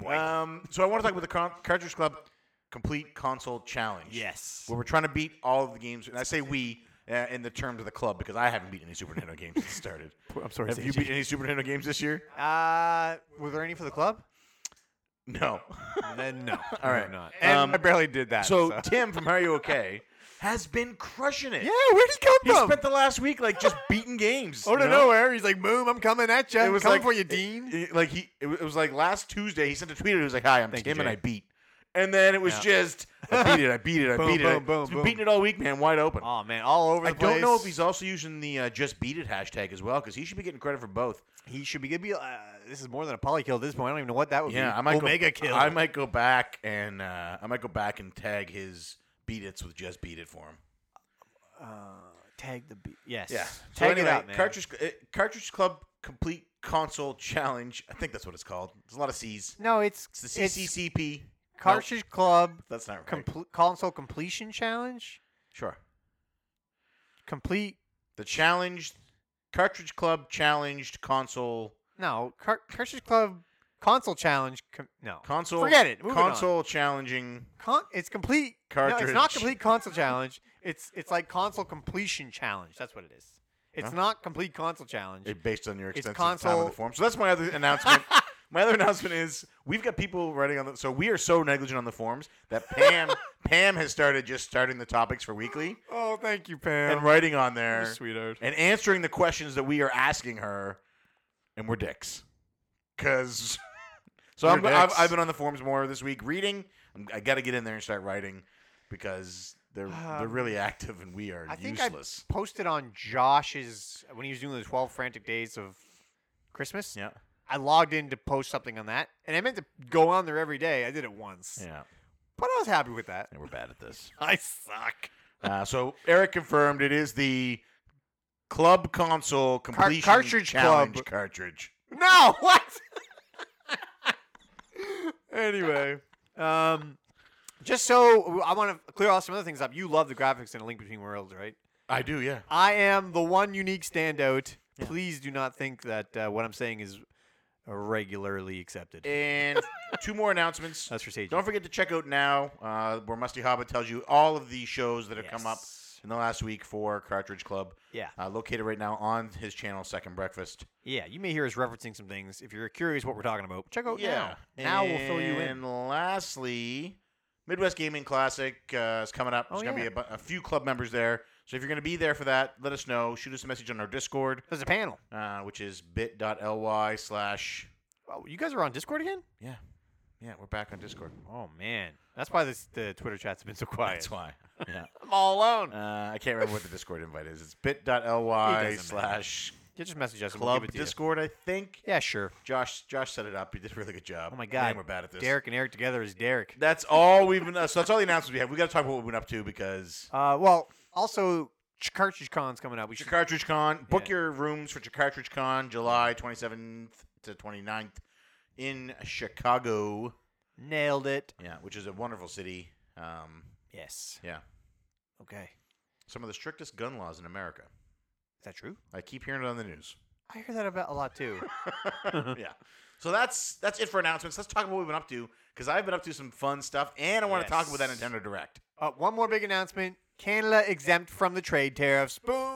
B: Um, so I want to talk about the con- Cartridge Club Complete Console Challenge.
C: Yes.
B: Where we're trying to beat all of the games, and I say we uh, in the terms of the club because I haven't beaten any Super Nintendo games since it started.
C: I'm sorry.
B: Have you beat any Super Nintendo games this year?
C: uh, were there any for the club?
B: No.
C: Then no.
B: All right.
C: not. And
B: Um,
C: I barely did that.
B: so
C: So,
B: Tim from Are You Okay has been crushing it.
C: yeah, where'd he come
B: He
C: from?
B: spent the last week like just beating games.
C: Out
B: you
C: of
B: know?
C: nowhere, he's like, "Boom! I'm coming at you.
B: It was
C: coming
B: like-
C: for you, Dean."
B: It- like he, it, wa- it was like last Tuesday. He sent a tweet. and It was like, "Hi, I'm
C: Thank you,
B: Tim, and
C: Jay.
B: I beat." And then it was just, "I beat it, I beat it, I
C: Boom,
B: beat it." I-
C: boom, boom,
B: He's been
C: boom.
B: beating it all week, man. Wide open.
C: Oh man, all over the
B: I don't know if
C: place.
B: he's also using the uh, "just beat it" hashtag as well because he should be getting credit for both.
C: He should be good. Be uh, this is more than a poly kill at this point. I don't even know what that would be.
B: Yeah, I might
C: Oh, Omega
B: go,
C: kill.
B: I might go back and uh, I might go back and tag his "beat it's" with "just beat it" for him.
C: Uh, tag the beat. Yes.
B: So
C: Tag
B: anyway,
C: it up, man.
B: Cartridge uh, Cartridge Club Complete Console Challenge. I think that's what it's called. There's a lot of C's.
C: no, it's
B: It's the CCCP. Nope,
C: Cartridge Club
B: that's not right.
C: comple- console completion challenge.
B: sure.
C: Complete.
B: The challenge, cartridge club challenged console
C: No, Car- Cartridge Club console challenge. Com- no,
B: console.
C: Forget it. Moving on.
B: console challenging.
C: Con- it's complete. no, it's not
B: Cartridge.
C: complete console challenge. It's it's like console completion challenge. That's what it is. It's not complete console challenge.
B: It based on your
C: It's
B: extensive time on
C: console-
B: the forum. So that's my other announcement. my other announcement is we've got people writing on the. So we are so negligent on the forums that Pam Pam has started just starting the topics for weekly
C: oh, thank you, Pam.
B: and writing on there
C: sweetheart.
B: and answering the questions that we are asking her, and we're dicks. Cause so
C: We're
B: I'm, I've,
C: dicks.
B: I've been on the forums more this week reading. I'm, I got to get in there and start writing because they're they're
C: Um,
B: really active and we are
C: I think
B: useless.
C: I posted on Josh's when he was doing the 12 frantic days of Christmas.
B: yeah,
C: I logged in to post something on that, and I meant to go on there every day. I did it once,
B: yeah.
C: But I was happy with that.
B: And we're bad at this.
C: I suck.
B: Uh, so Eric confirmed it is the Club Console Completion
C: Cartridge
B: Challenge
C: Club.
B: cartridge.
C: No, what? anyway, um, just so I want to clear all some other things up. You love the graphics in A Link Between Worlds, right?
B: I do, yeah.
C: I am the one unique standout. Please do not think that uh, what I'm saying is regularly accepted.
B: And two more announcements.
C: That's for Sage.
B: Don't forget to check out now uh, where Musty Hobbit tells you all of the shows that have come up
D: Yes.
B: in the last week for Cartridge Club.
C: Yeah.
B: Uh, located right now on his channel, Second Breakfast.
C: Yeah, you may hear us referencing some things. If you're curious what we're talking about, check out Oh, now. Now
B: Now
C: we'll fill you in.
B: And lastly, Midwest Gaming Classic uh, is coming up. There's
C: Oh,
B: going to
C: yeah.
B: be a, bu- a few club members there. So if you're going to be there for that, let us know. Shoot us a message on our Discord,
C: There's a panel.
B: uh, which is bit.ly slash.
C: Oh, you guys are on Discord again?
B: Yeah. Yeah, we're back on Discord.
C: Oh man, that's why this, the Twitter chat's been so quiet.
B: That's why. Yeah.
C: I'm all alone.
B: Uh, I can't remember what the Discord invite is. It's bit.ly
C: matter.
B: slash
C: You just message us. and we'll
B: club
C: give it to you.
B: Discord, I think.
C: Yeah, sure.
B: Josh Josh set it up. He did a really good job.
C: Oh my god,
B: Man, we're bad at this.
C: Derek and Eric together is Derek.
B: That's all we've been. Uh, so that's all the announcements we have. We got to talk about what we've been up to because
C: Uh, well, also Ch- Cartridge Con's coming up. We
B: it's
C: should.
B: your Cartridge Con. Book
C: Yeah.
B: your rooms for your Cartridge Con, July 27th to 29th in Chicago.
C: Nailed it.
B: Yeah, which is a wonderful city. Um,
C: Yes.
B: yeah,
C: Okay.
B: some of the strictest gun laws in America.
C: Is that true?
B: I keep hearing it on the news.
C: I hear that about a lot too.
B: yeah. So that's that's it for announcements. Let's talk about what we've been up to because I've been up to some fun stuff, and I want to talk about that
C: Yes.
B: Nintendo Direct.
C: uh, one more big announcement: Canada exempt from the trade tariffs. Boom.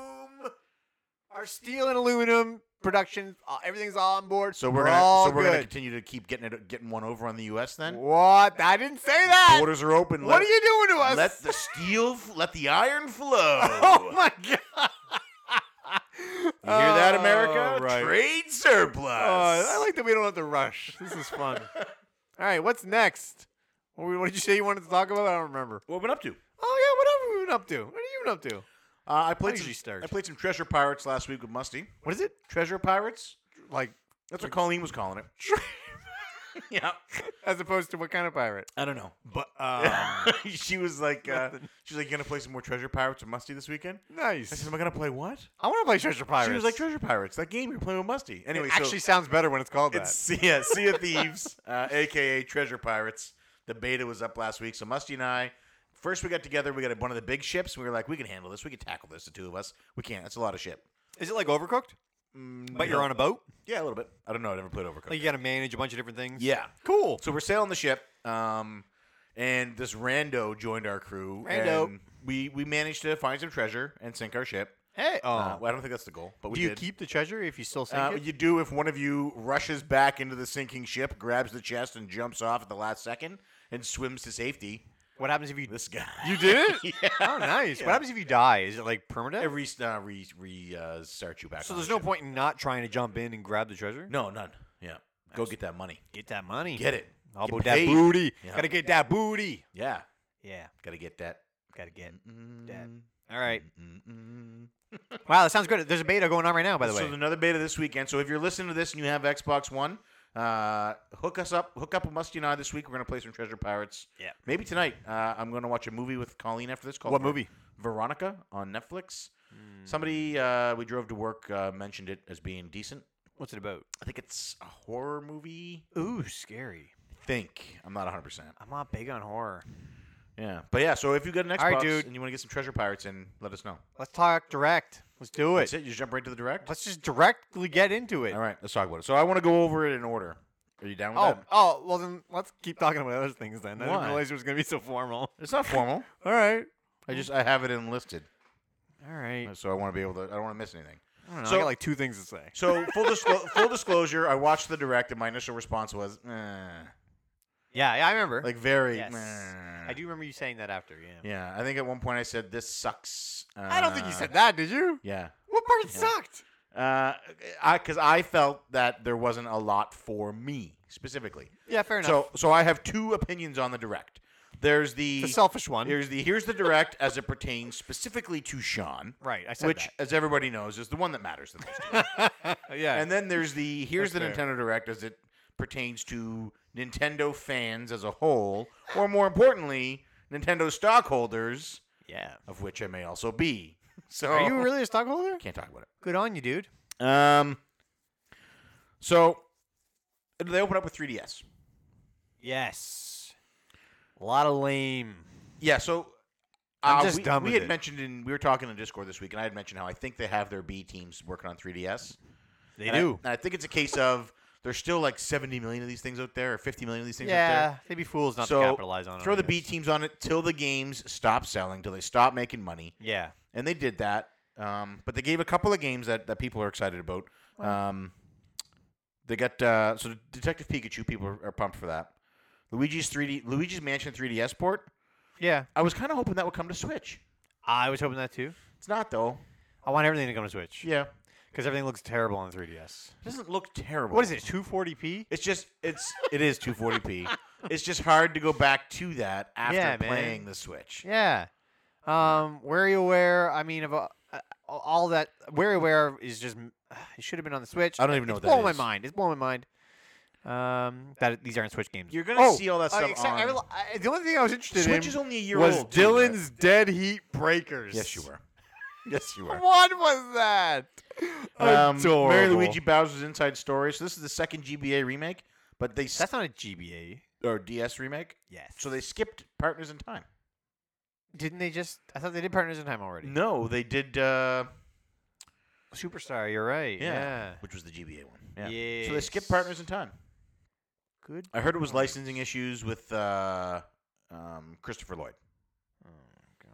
C: Our steel and aluminum production, uh, everything's all on board.
B: So we're,
C: all
B: gonna, so we're gonna
C: good.
B: continue to keep getting it getting one over on the U.S. Then
C: What? I didn't say that.
B: borders are open.
C: what are you doing to us?
B: Let the steel, f- let the iron flow.
C: oh my god! you
B: You hear that, America? Trade surplus.
C: Uh,
B: Oh,
C: I like that we don't have to rush. This is fun. All right, what's next? What were- what did you say you wanted to talk about? I don't remember.
B: what have been up to?
C: Oh yeah, whatever we've been up to. What are you been up to?
B: Uh, I played
C: How did
B: some,
C: you start?
B: I played some Treasure Pirates last week with Musty.
C: What is it?
B: Treasure Pirates?
C: Like
B: That's what Colleen was calling it. yeah.
C: as opposed to what kind of pirate?
B: I don't know, but um, she was like, uh, she was like, you gonna play some more Treasure Pirates with Musty this weekend? I
C: Nice.
B: said, am I gonna play what?
C: I want to play Treasure Pirates.
B: She was like, Treasure Pirates, that game you're playing with Musty. Anyway,
C: it
B: so
C: actually sounds better when it's called
B: it's sea- yeah, Sea of Thieves, uh, aka Treasure Pirates. The beta was up last week, so Musty and I. First, we got together. We got one of the big ships. We were like, we can handle this. We can tackle this. The two of us. We can't. That's a lot of ship.
C: that. Is it like Overcooked? but you're on a boat.
B: Yeah, a little bit. I don't know. I never played Overcooked.
C: Like you got to manage a bunch of different things.
B: yeah.
C: Cool.
B: So we're sailing the ship, um, and this rando joined our crew.
C: Rando.
B: and we we managed to find some treasure and sink our ship.
C: Hey. Oh.
B: Uh, well, I don't think that's the goal, but we
C: Do you
B: did.
C: keep the treasure if you still sink
B: Uh,
C: it?
B: you do if one of you rushes back into the sinking ship, grabs the chest, and jumps off at the last second and swims to safety.
C: What happens if you?
B: This guy.
C: You did it?
B: yeah.
C: Oh, nice. What happens if you die? Is it like permanent?
B: It re, uh, re, re uh, starts you back.
C: so
B: on
C: there's
B: the
C: no
B: ship.
C: point in not trying to jump in and grab the treasure.
B: No, none. Yeah. Go get that money.
C: Get that money.
B: Get it.
C: All
B: Get
C: about that
B: paid.
C: booty.
B: Yeah.
C: Gotta get that booty.
B: Yeah.
C: Yeah,
B: Gotta get that.
C: gotta get.
B: That.
C: All right. Wow, that sounds good. There's a beta going on right now, by the
B: so
C: way.
B: there's another beta this weekend. So if you're listening to this and you have Xbox One, uh, hook us up. Hook up with Musty and I this week. We're gonna play some Treasure Pirates.
C: Yeah.
B: Maybe tonight. Uh, I'm gonna watch a movie with Colleen after this. Called
C: What
B: Ver-
C: movie? Hmm.
B: Veronica on Netflix. Somebody uh, we drove to work uh, mentioned it as being decent.
C: What's it about?
B: I think it's a horror movie.
C: Ooh, scary.
B: I think I'm not 100. percent
C: I'm not big on horror.
B: Yeah, but yeah. So if you got an Xbox
C: All right, dude.
B: and you want to get some Treasure Pirates in, let us know.
C: Let's talk direct. Let's do
B: That's
C: it.
B: it. You just jump right to the direct.
C: Let's just directly get into it.
B: All right, let's talk about it. So I want to go over it in order. Are you down with
C: Oh,
B: that?
C: oh, well then let's keep talking about other things then. I didn't
B: Why?
C: realize it was gonna be so formal.
B: It's not formal.
C: All right.
B: I just I have it enlisted,
C: All right.
B: so I want to be able to. I don't want to miss anything.
C: I don't know.
B: So-
C: I got like two things to say.
B: So full disclo- full disclosure, I watched the direct, and my initial response was, eh.
C: Yeah, yeah, I remember.
B: like very.
C: Yes.
B: "Eh."
C: I do remember you saying that after. Yeah.
B: Yeah, I think at one point I said this sucks. Uh,
C: I don't think you said that, did you?
B: Yeah,
C: What part
B: Yeah.
C: sucked?
B: uh, I because I felt that there wasn't a lot for me specifically.
C: Yeah, fair enough.
B: So so I have two opinions on the direct. There's the
C: the selfish one.
B: here's the here's the direct as it pertains specifically to Sean.
C: right, I said
B: Which, as everybody knows, is the one that matters the most.
C: that. yeah.
B: And then there's the here's
C: That's
B: the
C: fair.
B: Nintendo Direct as it pertains to Nintendo fans as a whole, or more importantly, Nintendo stockholders,
C: Yeah.
B: of which I may also be. So
C: Are you really a stockholder?
B: can't talk about
C: Good on you, dude.
B: it. Um, so they open up with 3DS.
C: Yes. A lot of lame.
B: Yeah, so
C: I'm
B: uh,
C: just
B: we,
C: done
B: we
C: with
B: had
C: it.
B: mentioned in we were talking in Discord this week, and I had mentioned how I think they have their B teams working on 3DS.
C: They
B: And I- and I, think it's a case of there's still like 70 million of these things out there, or 50 million of these things
C: yeah, they'd be fools not
B: So,
C: to capitalize on
B: out
C: it.
B: there. Throw
C: I
B: the
C: guess.
B: B teams on it till the games stop selling, till they stop making money,
C: Yeah.
B: and they did that. Um, but they gave a couple of games that, that people are excited about. Um, they got uh, so Detective Pikachu. People are, are pumped for that. Luigi's 3D, Luigi's Mansion 3DS port.
C: Yeah.
B: I was kind of hoping that would come to Switch.
C: I was hoping that too.
B: It's not though.
C: I want everything to come to Switch.
B: Yeah.
C: Because everything looks terrible on 3DS.
B: It doesn't look terrible.
C: What is it? 240p?
B: It's just it's it is 240p. it's just hard to go back to that after
C: Yeah, man.
B: playing the Switch.
C: Yeah. Um, WarioWare. I mean, of uh, uh, all that, WarioWare is just it should have been on the Switch.
B: I don't even know
C: it's
B: what that
C: blowing
B: is.
C: my mind. It's blowing my mind. Um, that these aren't Switch games.
B: You're gonna see all that
C: uh,
B: stuff
C: except- I
B: on-
C: rel- I- the only thing I was interested
B: Switch is
C: in
B: only a year
C: was
B: old. too, right?
C: Dylan's Dead Heat Breakers.
B: Yes, you were. Yes, you were.
C: What was that?
B: Um,
C: Adorable.
B: Mary Luigi Bowser's Inside Story. So this is the second GBA remake, but they s-
C: That's not a GBA.
B: or DS remake.
C: Yes.
B: So they skipped Partners in Time.
C: didn't they just? I thought they did Partners in Time already.
B: No, they did. Uh,
C: Superstar. You're right.
B: yeah,
C: Yeah.
B: which was the GBA one. Yeah. So they skipped
C: Yes.
B: Partners in Time.
C: Good.
B: I heard it was
C: point.
B: licensing issues with uh, um, Christopher Lloyd.
C: Oh, God.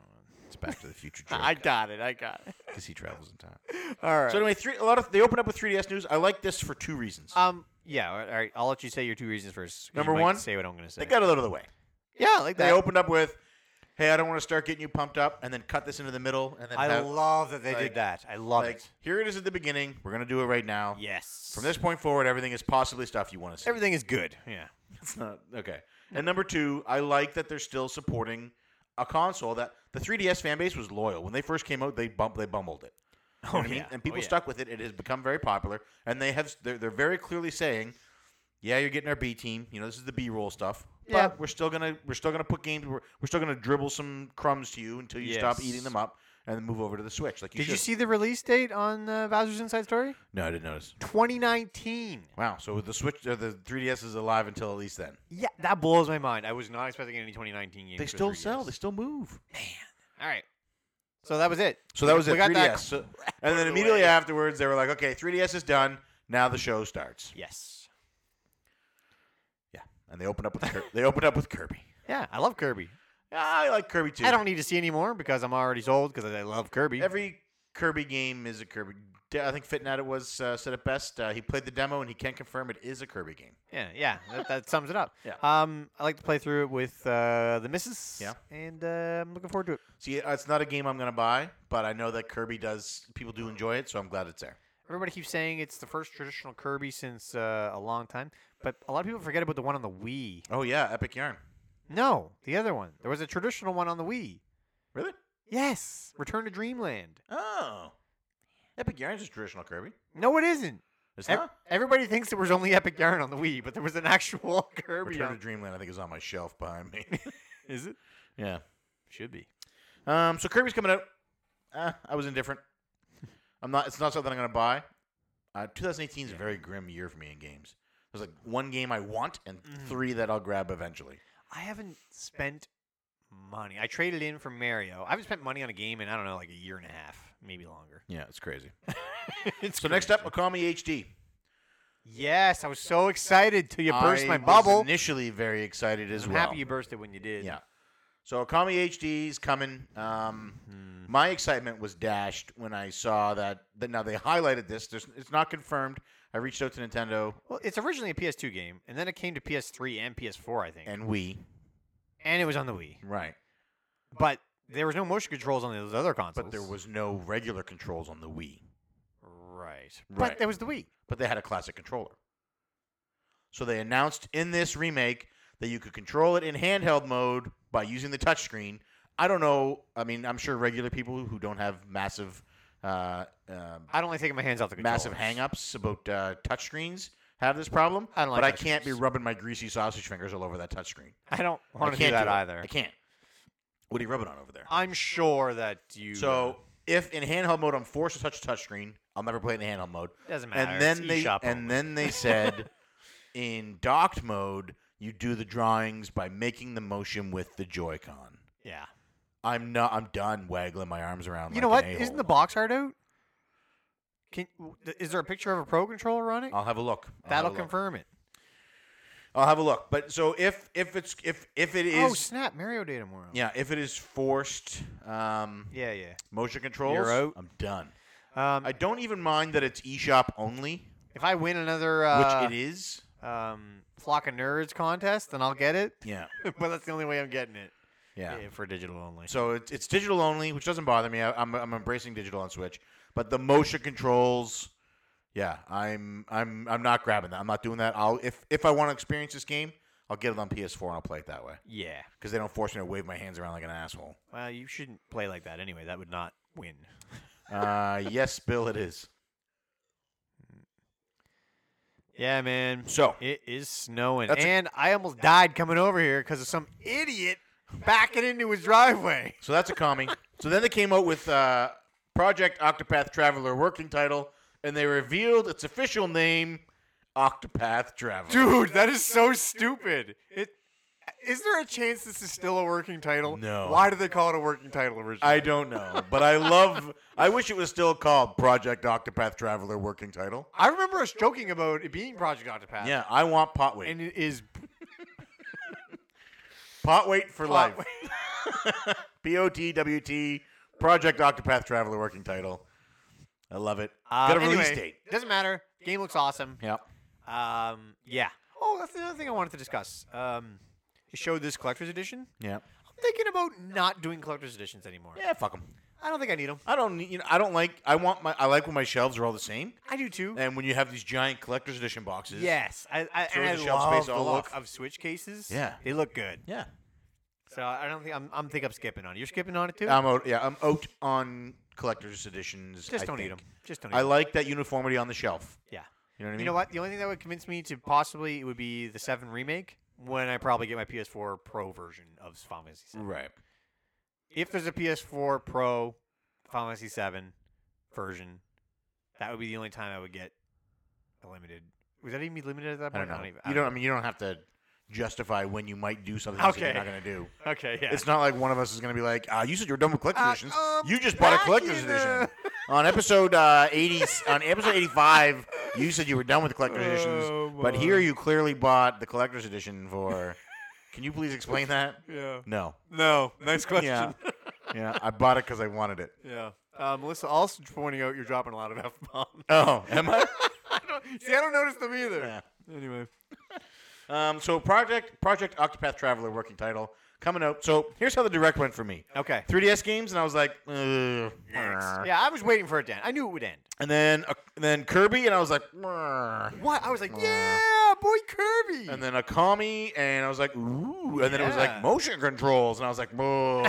B: It's Back to the Future
C: I
B: joke
C: got it. I got it.
B: because he travels in time.
C: All right.
B: So anyway, three, a lot of they open up with 3DS news. I like this for two reasons.
C: Um. Yeah. All right. I'll let you say your two reasons first. 'cause you
B: Number
C: might
B: one,
C: say what I'm gonna say.
B: they got it out of the way.
C: yeah, I like
B: They
C: that.
B: opened up with, "Hey, I don't want to start getting you pumped up," and then cut this into the middle, and then
C: I
B: have,
C: love that they
B: like-
C: did that. I love
B: like,
C: it.
B: here it is at the beginning. We're gonna do it right now.
C: Yes.
B: From this point forward, everything is possibly stuff you want to see.
C: everything is good. Yeah.
B: It's not Uh, okay. And number two, I like that they're still supporting a console that the 3DS fan base was loyal when they first came out. They bump, they bumbled it. You know what I mean?
C: yeah.
B: And
C: Oh,
B: people
C: yeah.
B: stuck with it. It has become very popular, and they have they're, they're very clearly saying, "Yeah, you're getting our B team. You know, this is the B roll stuff. But
C: Yeah.
B: we're still gonna we're still gonna put games. We're, we're still gonna dribble some crumbs to you until you stop eating
C: Yes.
B: them up." And then move over to the Switch. Like you
C: Did you
B: should.
C: see the release date on uh, Bowser's Inside Story?
B: No, I didn't notice.
C: 2019.
B: Wow. So the Switch, uh, the 3DS is alive until at least then.
C: Yeah, that blows my mind. I was not expecting any 2019 games.
B: They
C: for
B: still
C: 3DS.
B: sell. They still move.
C: All right. So that was it.
B: So that was
C: We
B: it.
C: got
B: 3DS.
C: that
B: So- and then immediately afterwards, they were like, "Okay, 3DS is done. Now the show starts."
C: Yes.
B: Yeah, and they opened up with Kirby. they opened up with Kirby.
C: Yeah, I love Kirby.
B: Yeah, I like Kirby too.
C: I don't need to see any more because I'm already sold because I love Kirby.
B: Every Kirby game is a Kirby. De- I think Fitnat it was uh, said it best. Uh, he played the demo and he can confirm it is a Kirby game.
C: Yeah, yeah, that, that sums it up.
B: Yeah.
C: Um, I like to play through it with uh, the missus.
B: Yeah.
C: And uh, I'm looking forward to it.
B: See, uh, it's not a game I'm gonna buy, but I know that Kirby does. People do enjoy it, so I'm glad it's there.
C: Everybody keeps saying it's the first traditional Kirby since uh, a long time, but a lot of people forget about the one on the Wii.
B: Oh yeah, Epic Yarn.
C: No, the other one. There was a traditional one on the Wii.
B: Really?
C: Yes, Return to Dreamland.
B: Oh, Epic Yarn is traditional Kirby.
C: No, it isn't.
B: It's
C: Ev-
B: not.
C: everybody thinks there was only Epic Yarn on the Wii, but there was an actual Kirby.
B: Return to
C: on-
B: Dreamland, I think, is on my shelf behind me.
C: Is it?
B: yeah.
C: Should be.
B: Um, so Kirby's coming out. Uh, I was indifferent. I'm not. It's not something I'm gonna buy. Uh, 2018 is a very grim year for me in games. There's like one game I want and
C: Mm-hmm.
B: three that I'll grab eventually.
C: I haven't spent money. I traded in for Mario. I haven't spent money on a game in I don't know, like a year and a half, maybe longer.
B: Yeah, it's crazy. so next up, Akami HD.
C: Yes, I was so excited till you burst
B: I
C: my
B: was
C: bubble.
B: initially, very excited as
C: I'm
B: well.
C: happy you burst it when you did.
B: yeah. So Akami HD's coming. Um,
C: Mm-hmm.
B: My excitement was dashed when I saw that. that now they highlighted this. There's, it's not confirmed. I reached out to Nintendo
C: Well, it's originally a PS2 game, and then it came to PS3 and PS4, I think, and,
B: and we.
C: it was on the Wii.
B: Right.
C: But there was no motion controls on those other consoles.
B: But there was no regular controls on the Wii.
C: right.
B: Right.
C: But there was the Wii.
B: But they had a classic controller. So they announced in this remake that you could control it in handheld mode by using the touchscreen. I don't know. I mean, I'm sure regular people who don't have massive, uh, um
C: I don't like taking my hands off the controls.
B: massive hangups about uh, touchscreens have this problem.
C: I don't like
B: but I
C: touch
B: can't be
C: screens.
B: rubbing my greasy sausage fingers all over that touchscreen.
C: I don't
B: I
C: want to
B: can't
C: do that
B: it.
C: either.
B: I can't. What are you rubbing on over there?
C: I'm sure that you.
B: So if in handheld mode I'm forced to touch touchscreen, I'll never play it in handheld mode.
C: uh, doesn't matter.
B: And then
C: it's
B: they
C: eShop only.
B: and then they said in docked mode you do the drawings by making the motion with the Joy-Con.
C: yeah.
B: I'm not. I'm done waggling my arms around.
C: You know
B: like an
C: what? Isn't
B: a-hole.
C: the box art out? Can is there a picture of a pro controller on it?
B: I'll have a look. I'll have
C: That'll
B: a look.
C: confirm it.
B: I'll have a look. But so if if it's if if it
C: Oh
B: is
C: snap! Mario Day tomorrow.
B: yeah if it is forced um,
C: yeah, yeah.
B: motion controls,
C: out.
B: I'm done.
C: Um,
B: I don't even mind that it's eShop only,
C: if I win another uh,
B: which it is.
C: um, flock of nerds contest, then I'll get it.
B: Yeah,
C: but that's the only way I'm getting it.
B: yeah.
C: Yeah, for digital only.
B: So it's it's digital only, which doesn't bother me. I, I'm I'm embracing digital on Switch, but the motion controls. Yeah, I'm I'm I'm not grabbing that. I'm not doing that. I'll if if I want to experience this game, I'll get it on PS4 and I'll play it that way.
C: yeah.
B: because they don't force me to wave my hands around like an asshole.
C: Well, you shouldn't play like that anyway. That would not win.
B: Uh, yes, Bill, it is.
C: Yeah, man.
B: So
C: It is snowing,
B: That's a-
C: and I almost died coming over here because of some idiot backing into his driveway.
B: so that's a commie. so then they came out with uh, Project Octopath Traveler working title, and they revealed its official name, Octopath Traveler.
C: Dude, that is so stupid. It is there a chance this is still a working title?
B: No.
C: Why did they call it a working title originally?
B: I don't know, but I love. I wish it was still called Project Octopath Traveler working title.
C: I remember us joking about it being Project Octopath.
B: Yeah, I want pot wait.
C: And it is
B: pot wait for
C: Pot
B: life. P O T W T. Project Octopath Traveler working title. I love it.
C: Uh,
B: Got a Uh, release date.
C: Doesn't matter. Game looks awesome.
B: Yep.
C: Um, yeah. Oh, that's another thing I wanted to discuss. Um, it showed this collector's edition.
B: Yep.
C: I'm thinking about not doing collector's editions anymore.
B: Yeah, fuck them.
C: I don't think I need them.
B: I don't, need- you know, I don't like. I want my. I like when my shelves are all the same,
C: I do too.
B: and when you have these giant collector's edition boxes.
C: Yes, I, I,
B: Throw
C: and I
B: the shelf space
C: love the
B: all
C: look
B: off.
C: of switch cases.
B: Yeah.
C: they look good.
B: Yeah.
C: So I don't think I'm. I'm think I'm skipping on. it. You're skipping on it too.
B: I'm out. Yeah, I'm out on collector's editions.
C: Just
B: I
C: don't eat them.
B: think.
C: Just don't eat
B: I
C: 'em.
B: like that uniformity on the shelf.
C: Yeah.
B: You know what I mean?
C: You know what? The only thing that would convince me to possibly it would be the Seven remake when I probably get my PS4 Pro version of Final Fantasy VII.
B: Right.
C: If there's a PS4 Pro Final Fantasy VII version, that would be the only time I would get a limited. Was that even limited at that
B: I
C: point?
B: don't know.
C: even-
B: you don't. I mean, you don't have to justify when you might do something else that you're
C: Okay.
B: not going to do.
C: Okay. Yeah.
B: It's not like one of us is going to be like, uh, "You said you were done with collector's
C: Uh,
B: editions.
C: um, uh,
B: you just bought a
C: back
B: collector's
C: in
B: edition."
C: the-
B: on episode uh, 80 on episode 85 you said you were done with the collector's
C: Oh,
B: editions but
C: boy.
B: here you clearly bought the collector's edition for can you please explain that
C: Yeah.
B: no
C: No. Nice question.
B: yeah yeah i bought it because i wanted it
C: Yeah. Uh, Melissa also pointing out you're dropping a lot of F bombs.
B: oh am i
C: I don't, see, I don't notice them
B: yeah.
C: either. Anyway.
B: um, so project project octopath traveler working title coming out so here's how the direct went for me
C: Okay.
B: 3ds games and i was like Ugh, meh.
C: Yeah, I was waiting for it to end. I knew it would end.
B: and then uh, and then kirby and i was like meh.
C: What? I was like,
B: Uh.
C: yeah, boy Kirby.
B: and then a commie, and I was like, ooh, and then it was
C: Yeah.
B: like motion controls, and I was like, whoa.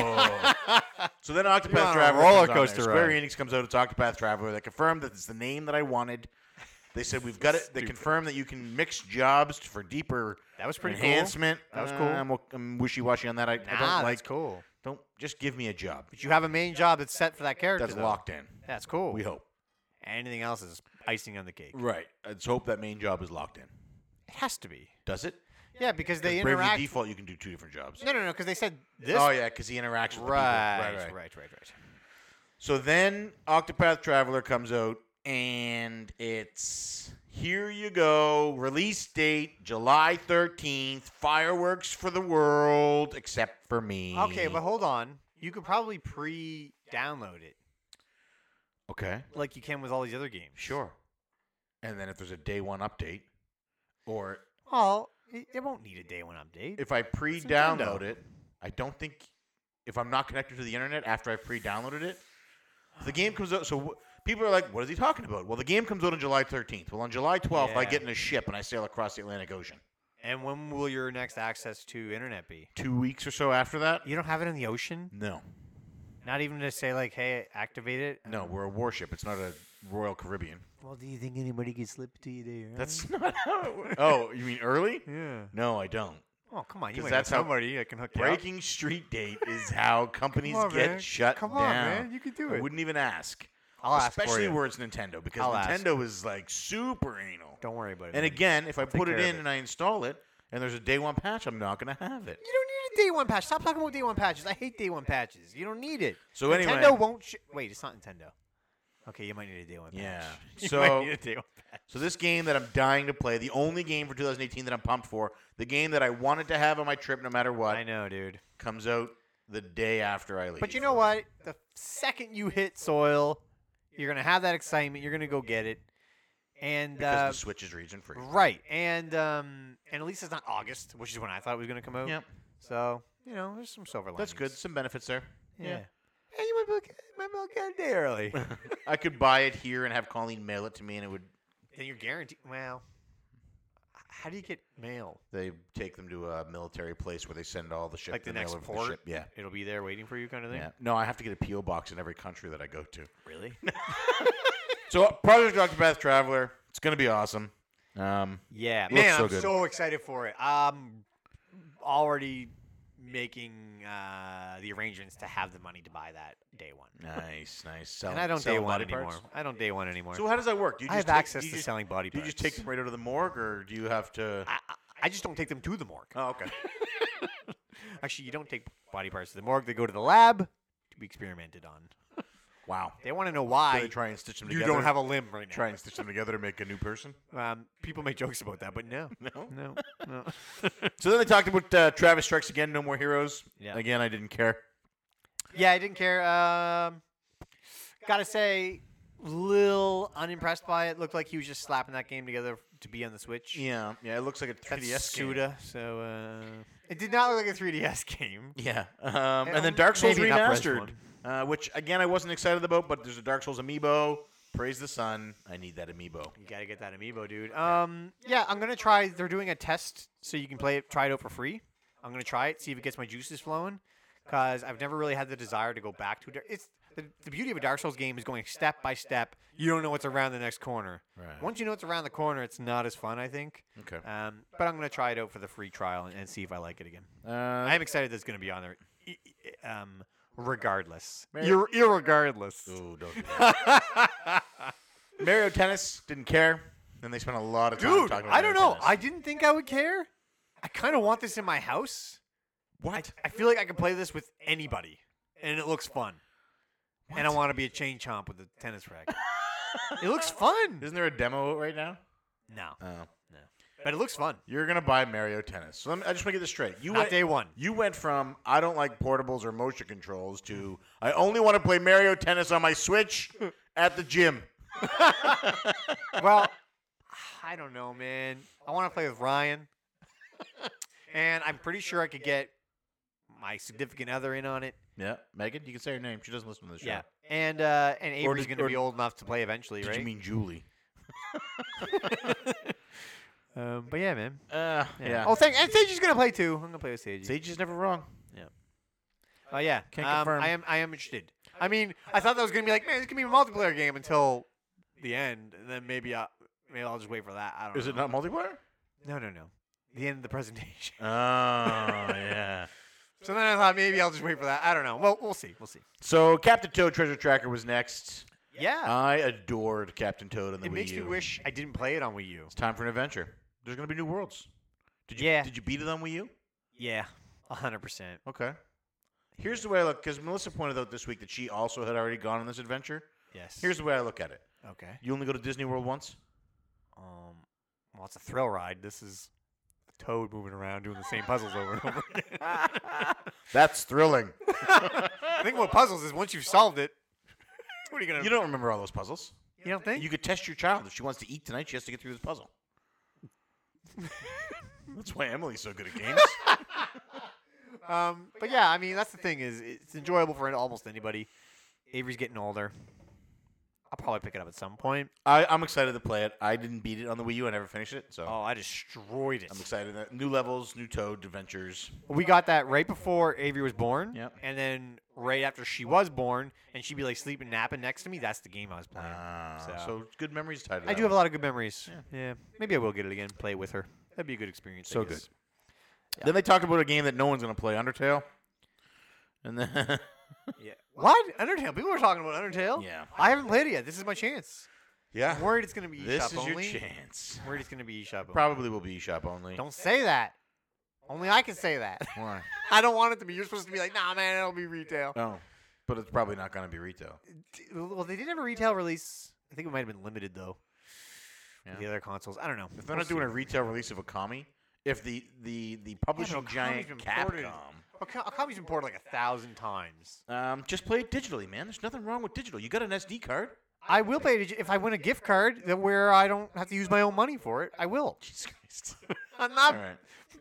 B: so then
C: You're on
B: Octopath
C: a
B: Traveler, comes on
C: roller
B: there.
C: coaster
B: Square
C: ride.
B: Enix comes out. It's Octopath Traveler. They confirmed that it's the name that I wanted. They said we've got it. They confirmed that you can mix jobs for deeper
C: that was pretty
B: enhancement.
C: That was cool.
B: Uh, I'm, o- I'm wishy-washy on that. I, I
C: cool.
B: don't like.
C: cool.
B: Don't just give me a job.
C: But you have a main job that's set for that character.
B: That's
C: though.
B: locked in.
C: That's cool.
B: We hope.
C: Anything else is icing on the cake.
B: Right. Let's hope that main job is locked in.
C: It has to be.
B: Does it?
C: Yeah, because they
B: Bravely
C: interact.
B: Default, you can do two different jobs.
C: no, no, no, because they said this.
B: oh yeah, because he interacts with the people.
C: right, right, right, right,
B: So then Octopath Traveler comes out and it's here you go, release date July 13th, fireworks for the world except for me.
C: Okay, but hold on. You could probably pre-download it
B: Okay.
C: like you can with all these other games.
B: Sure. And then if there's a day 1 update or
C: Well, it, it won't need a day one update.
B: if I pre-download it, I don't think if I'm not connected to the internet after I pre-downloaded it, the game comes out. So wh- people are like, "What is he talking about?" Well, the game comes out on July 13th. Well, on July 12th, I
C: Yeah.
B: get in a ship and I sail across the Atlantic Ocean.
C: and when will your next access to internet be?
B: Two weeks or so after that,
C: You don't have it in the ocean?
B: no,
C: Not even to say like, hey, activate it. Oh.
B: no, we're a warship. It's not a Royal Caribbean.
E: Well, do you think anybody can slip to you there?
B: That's not how it works. Oh, you mean early?
C: Yeah.
B: No, I don't.
C: Oh, come on. You
B: 'Cause
C: might
B: that's
C: that's
B: how-
C: somebody that can hook you up.
B: Breaking street date is how companies
C: Come on,
B: get
C: man.
B: shut
C: Come
B: down.
C: on, man. You can do
B: I
C: it.
B: wouldn't even ask.
C: I'll ask for
B: Especially
C: you.
B: where it's Nintendo, because
C: I'll ask.
B: Nintendo is like super anal.
C: Don't worry about it.
B: And
C: man.
B: again, if I put
C: care
B: it
C: of
B: in
C: it.
B: and I install it, and there's a day one patch, I'm not gonna have it.
C: you don't need a day one patch. Stop talking about day one patches. I hate day one patches. You don't need it.
B: So
C: Nintendo
B: anyway-
C: won't. Sh- Wait, it's not Nintendo. Okay, you might need a day one
B: Yeah.
C: patch. You
B: So
C: might need a day one patch.
B: So this game that I'm dying to play, the only game for 2018 that I'm pumped for, the game that I wanted to have on my trip no matter what,
C: I know, dude.
B: comes out the day after I leave.
C: But you know what? The second you hit soil, you're gonna have that excitement. You're gonna go get it. And
B: because
C: uh,
B: the Switch is region free.
C: right, and um, and at least it's not August, which is when I thought it was gonna come out.
B: Yep.
C: So you know, there's some silver linings.
B: That's good. Some benefits there.
C: Yeah. Hey, you might be able to get, might be able to get a day early.
B: I could buy it here and have Colleen mail it to me, and it would
C: then you're guaranteed. Well, h- how do you get mail?
B: they take them to a military place where they send all the shit.
C: Like the
B: they mail
C: next
B: over
C: port?
B: The ship. Yeah.
C: It'll be there waiting for you, kind of thing.
B: Yeah. No, I have to get a PO box in every country that I go to.
C: Really?
B: So Project Octopath Traveler, it's gonna be awesome. Um,
C: yeah,
B: Looks
C: man,
B: so
C: I'm
B: good.
C: so excited for it. I'm already making uh, the arrangements to have the money to buy that day one.
B: nice, nice. Sell,
C: And I don't
B: sell
C: day one
B: body
C: anymore.
B: parts.
C: I don't day one anymore.
B: So how does that work? Do you
C: I have
B: just take-
C: access
B: do you
C: to
B: just-
C: selling body
B: Do you
C: parts.
B: just take them right out of the morgue, or do you have to?
C: I, I- I just don't take them to the morgue.
B: Oh, okay.
C: Actually, you don't take body parts to the morgue. They go to the lab to be experimented on.
B: Wow.
C: They want to know
B: So
C: why
B: they try and stitch them
C: you
B: together.
C: don't have a limb right now.
B: try and stitch them together to make a new person.
C: Um, people make jokes about that, but no,
B: No.
C: no, no.
B: So then they talked about uh, Travis Strikes Again, No More Heroes.
C: Yeah.
B: Again, I didn't care.
C: Yeah, I didn't care. Um, gotta say, little unimpressed by it. Looked like he was just slapping that game together to be on the Switch.
B: Yeah, yeah. It looks like a
C: That's
B: 3DS game.
C: Suda, so uh, it did not look like a 3DS game.
B: Yeah. Um,
C: Yeah,
B: and then Dark Souls
C: maybe not pressed
B: Remastered,
C: one.
B: uh, which again I wasn't excited about, but there's a Dark Souls amiibo. Praise the sun. I need that amiibo.
C: You gotta get that amiibo, dude. Um, yeah, I'm gonna try. They're doing a test, so you can play it, try it out for free. I'm gonna try it, see if it gets my juices flowing, cause I've never really had the desire to go back to. a Dar- It's the, the beauty of a Dark Souls game is going step by step. You don't know what's around the next corner.
B: Right.
C: Once you know what's around the corner, it's not as fun, I think.
B: Okay.
C: Um, but I'm gonna try it out for the free trial and, and see if I like it again.
B: Uh,
C: I'm excited that's gonna be on there, i- i- um, regardless.
B: Mario-
C: Ir- irregardless.
B: ooh, don't do that. Mario Tennis didn't care. Then they spent a lot of time
C: Dude,
B: talking about
C: I don't
B: Mario
C: know.
B: Tennis.
C: I didn't think I would care. I kind of want this in my house.
B: what?
C: I feel like I could play this with anybody, and it looks fun. And I want to be a chain chomp with a tennis racket. it looks fun.
B: Isn't there a demo right now?
C: No,
B: Oh.
C: but it looks fun.
B: You're gonna buy Mario Tennis. So let me, I just want to get this straight. You
C: Not
B: went,
C: day one.
B: You went from I don't like portables or motion controls to I only want to play Mario Tennis on my Switch at the gym.
C: Well, I don't know, man. I want to play with Ryan, and I'm pretty sure I could get my significant other in on it.
B: Yeah, Megan, you can say her name. She doesn't listen to the show.
C: and uh, and
B: Or
C: Avery's
B: did-
C: going to
B: or-
C: be old enough to play eventually,
B: Did
C: right?
B: you mean Julie?
C: um, but yeah, man.
B: Uh, yeah.
C: Oh, thank. And Sage is going to play too. I'm going to play with Sage.
B: Sage is never wrong.
C: Oh yeah,
B: Can't
C: um,
B: confirm.
C: I am. I am interested. I mean, I thought that was gonna be like, man, it's gonna be a multiplayer game until the end, and then maybe, I, maybe I'll just wait for that. I don't.
B: Is
C: know.
B: it not multiplayer?
C: No, no, no. The end of the presentation.
B: Oh yeah.
C: so then I thought maybe I'll just wait for that. I don't know. Well, we'll see. We'll see.
B: So Captain Toad Treasure Tracker was next.
C: Yeah.
B: I adored Captain Toad on the
C: it
B: Wii
C: makes
B: U.
C: me wish I didn't play it on Wii U.
B: it's time for an adventure. There's gonna be new worlds. Did you
C: Yeah.
B: did you beat it on Wii U?
C: Yeah, hundred percent.
B: Okay. Here's the way I look because Melissa pointed out this week that she also had already gone on this adventure.
C: Yes.
B: Here's the way I look at it.
C: okay.
B: You only go to Disney World once.
C: Um, well, it's a thrill ride. This is a toad moving around doing the same puzzles over and over again.
B: That's thrilling.
C: I think what puzzles is once you've solved it, what are you gonna?
B: you don't remember all those puzzles.
C: you don't think?
B: You could test your child. If she wants to eat tonight, she has to get through this puzzle. That's why Emily's so good at games.
C: Um, but yeah, I mean that's the thing is it's enjoyable for almost anybody. Avery's getting older. I'll probably pick it up at some point.
B: I, I'm excited to play it. I didn't beat it on the Wii U. I never finished it, so
C: Oh, I destroyed it.
B: I'm excited. Uh, That new levels, new Toad adventures.
C: We got that right before Avery was born.
B: Yep.
C: And then right after she was born, and she'd be like sleeping, napping next to me. That's the game I was playing.
B: Ah,
C: so.
B: so it's good memories tied to
C: I
B: that
C: do have a
B: one.
C: lot of good memories. Yeah. maybe I will get it again. Play with her. That'd be a good experience. I
B: So good.
C: guess.
B: Then they talked about a game that no one's going to play, Undertale. And then
C: What Undertale? People were talking about Undertale.
B: Yeah.
C: I haven't played it yet. This is my chance.
B: yeah,
C: I'm worried it's gonna be eShop
B: this is
C: only.
B: your chance.
C: I'm worried it's gonna be eShop only.
B: Probably will be eShop only.
C: Don't say that. Only I can say that.
B: Why?
C: I don't want it to be. You're supposed to be like, nah, man, it'll be retail.
B: No, but it's probably not going to be retail.
C: D- Well, they did have a retail release. I think it might have been limited though. with The other consoles, I don't know.
B: If they're not doing a retail release of Akami, if the the the publishing
C: Okami's
B: giant
C: been ported.
B: Capcom,
C: Akami's been ported like a thousand times.
B: um, just play it digitally, man. There's nothing wrong with digital. You got an SD card.
C: I will pay it if I win a gift card that where I don't have to use my own money for it. I will.
B: Jesus Christ.
C: I'm not
B: All right.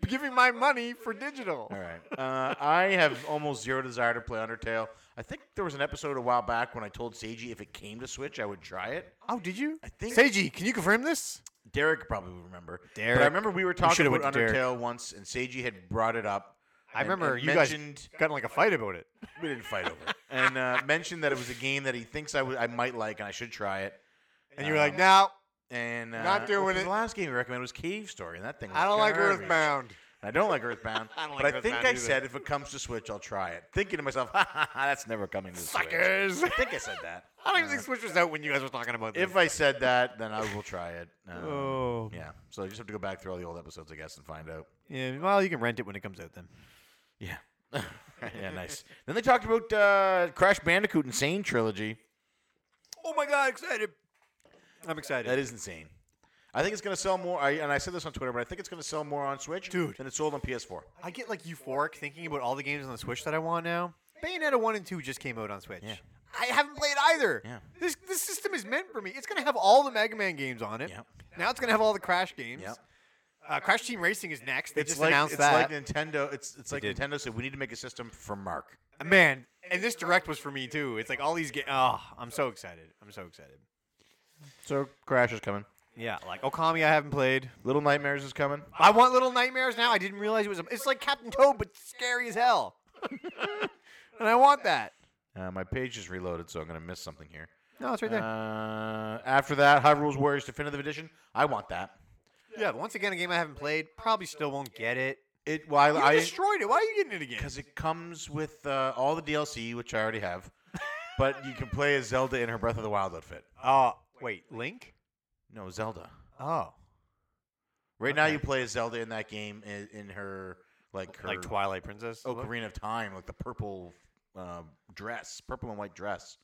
C: giving my money for digital.
B: All right. Uh, I have almost zero desire to play Undertale. I think there was an episode a while back when I told Seiji if it came to Switch, I would try it.
C: Oh, did you?
B: I think-
C: Seiji, can you confirm this?
B: Derek probably would remember. But I
C: Derek.
B: remember we were
C: We
B: talking
C: should've
B: about
C: went to
B: Undertale
C: Derek.
B: once, and Seiji had brought it up.
C: I
B: and-
C: remember
B: and
C: you guys
B: mentioned-
C: got in like a fight about it.
B: we didn't fight over it. And uh, mentioned that it was a game that he thinks I would- I might like and I should try it.
C: And you were like, no,
B: And uh,
C: Not doing
B: well, 'cause
C: it.
B: The last game we recommended was Cave Story, and that thing. Was
C: I don't like
B: garbage.
C: Earthbound.
B: And I don't like Earthbound.
C: I don't
B: but
C: like
B: I think
C: Earthbound
B: I
C: either.
B: said if it comes to Switch, I'll try it. Thinking to myself, ha, ha, ha, that's never coming to Switch.
C: Suckers.
B: I think I said that.
C: I don't even think Switch was out when you guys were talking about this.
B: If I said that, then I will try it. Um,
C: Oh.
B: Yeah. So I just have to go back through all the old episodes, I guess, and find out.
C: Yeah, well, you can rent it when it comes out then.
B: Yeah. yeah, nice. Then they talked about uh, Crash Bandicoot Insane Trilogy.
C: Oh my god, excited! I'm excited.
B: That is insane. I think it's going to sell more. I, and I said this on Twitter, but I think it's going to sell more on Switch
C: Dude.
B: than it sold on PS4.
C: I get like euphoric thinking about all the games on the Switch that I want now. Bayonetta one and two just came out on Switch.
B: Yeah.
C: I haven't played either.
B: Yeah.
C: This this system is meant for me. It's gonna have all the Mega Man games on it.
B: Yep.
C: Now it's gonna have all the Crash games.
B: Yep.
C: Uh, Crash Team Racing is next. They
B: it's
C: just
B: like,
C: announced
B: it's
C: that.
B: like Nintendo. It's it's like
C: did.
B: Nintendo said we need to make a system for Mark.
C: Uh, Man, and this direct was for me too. It's like all these games. Oh, I'm so excited. I'm so excited.
B: So Crash is coming.
C: Yeah, like Okami, I haven't played.
B: Little Nightmares is coming.
C: I want Little Nightmares now. I didn't realize it was. A, it's like Captain Toad, but scary as hell. and I want that.
B: Uh, my page is reloaded, so I'm gonna miss something here.
C: No, it's right there.
B: Uh, after that, High Rules Warriors Definitive Edition. I want that.
C: yeah, but once again, a game I haven't played. Probably still won't get it.
B: It while
C: You
B: I
C: destroyed it. Why are you getting it again?
B: because it comes with uh, all the DLC, which I already have. but you can play as Zelda in her Breath of the Wild outfit.
C: Oh, wait, Link.
B: No, Zelda.
C: Oh,
B: Right now, you play as Zelda in that game in, in her like her
C: like Twilight Princess. Oh,
B: Ocarina of Time, like the purple uh, dress, purple and white dress.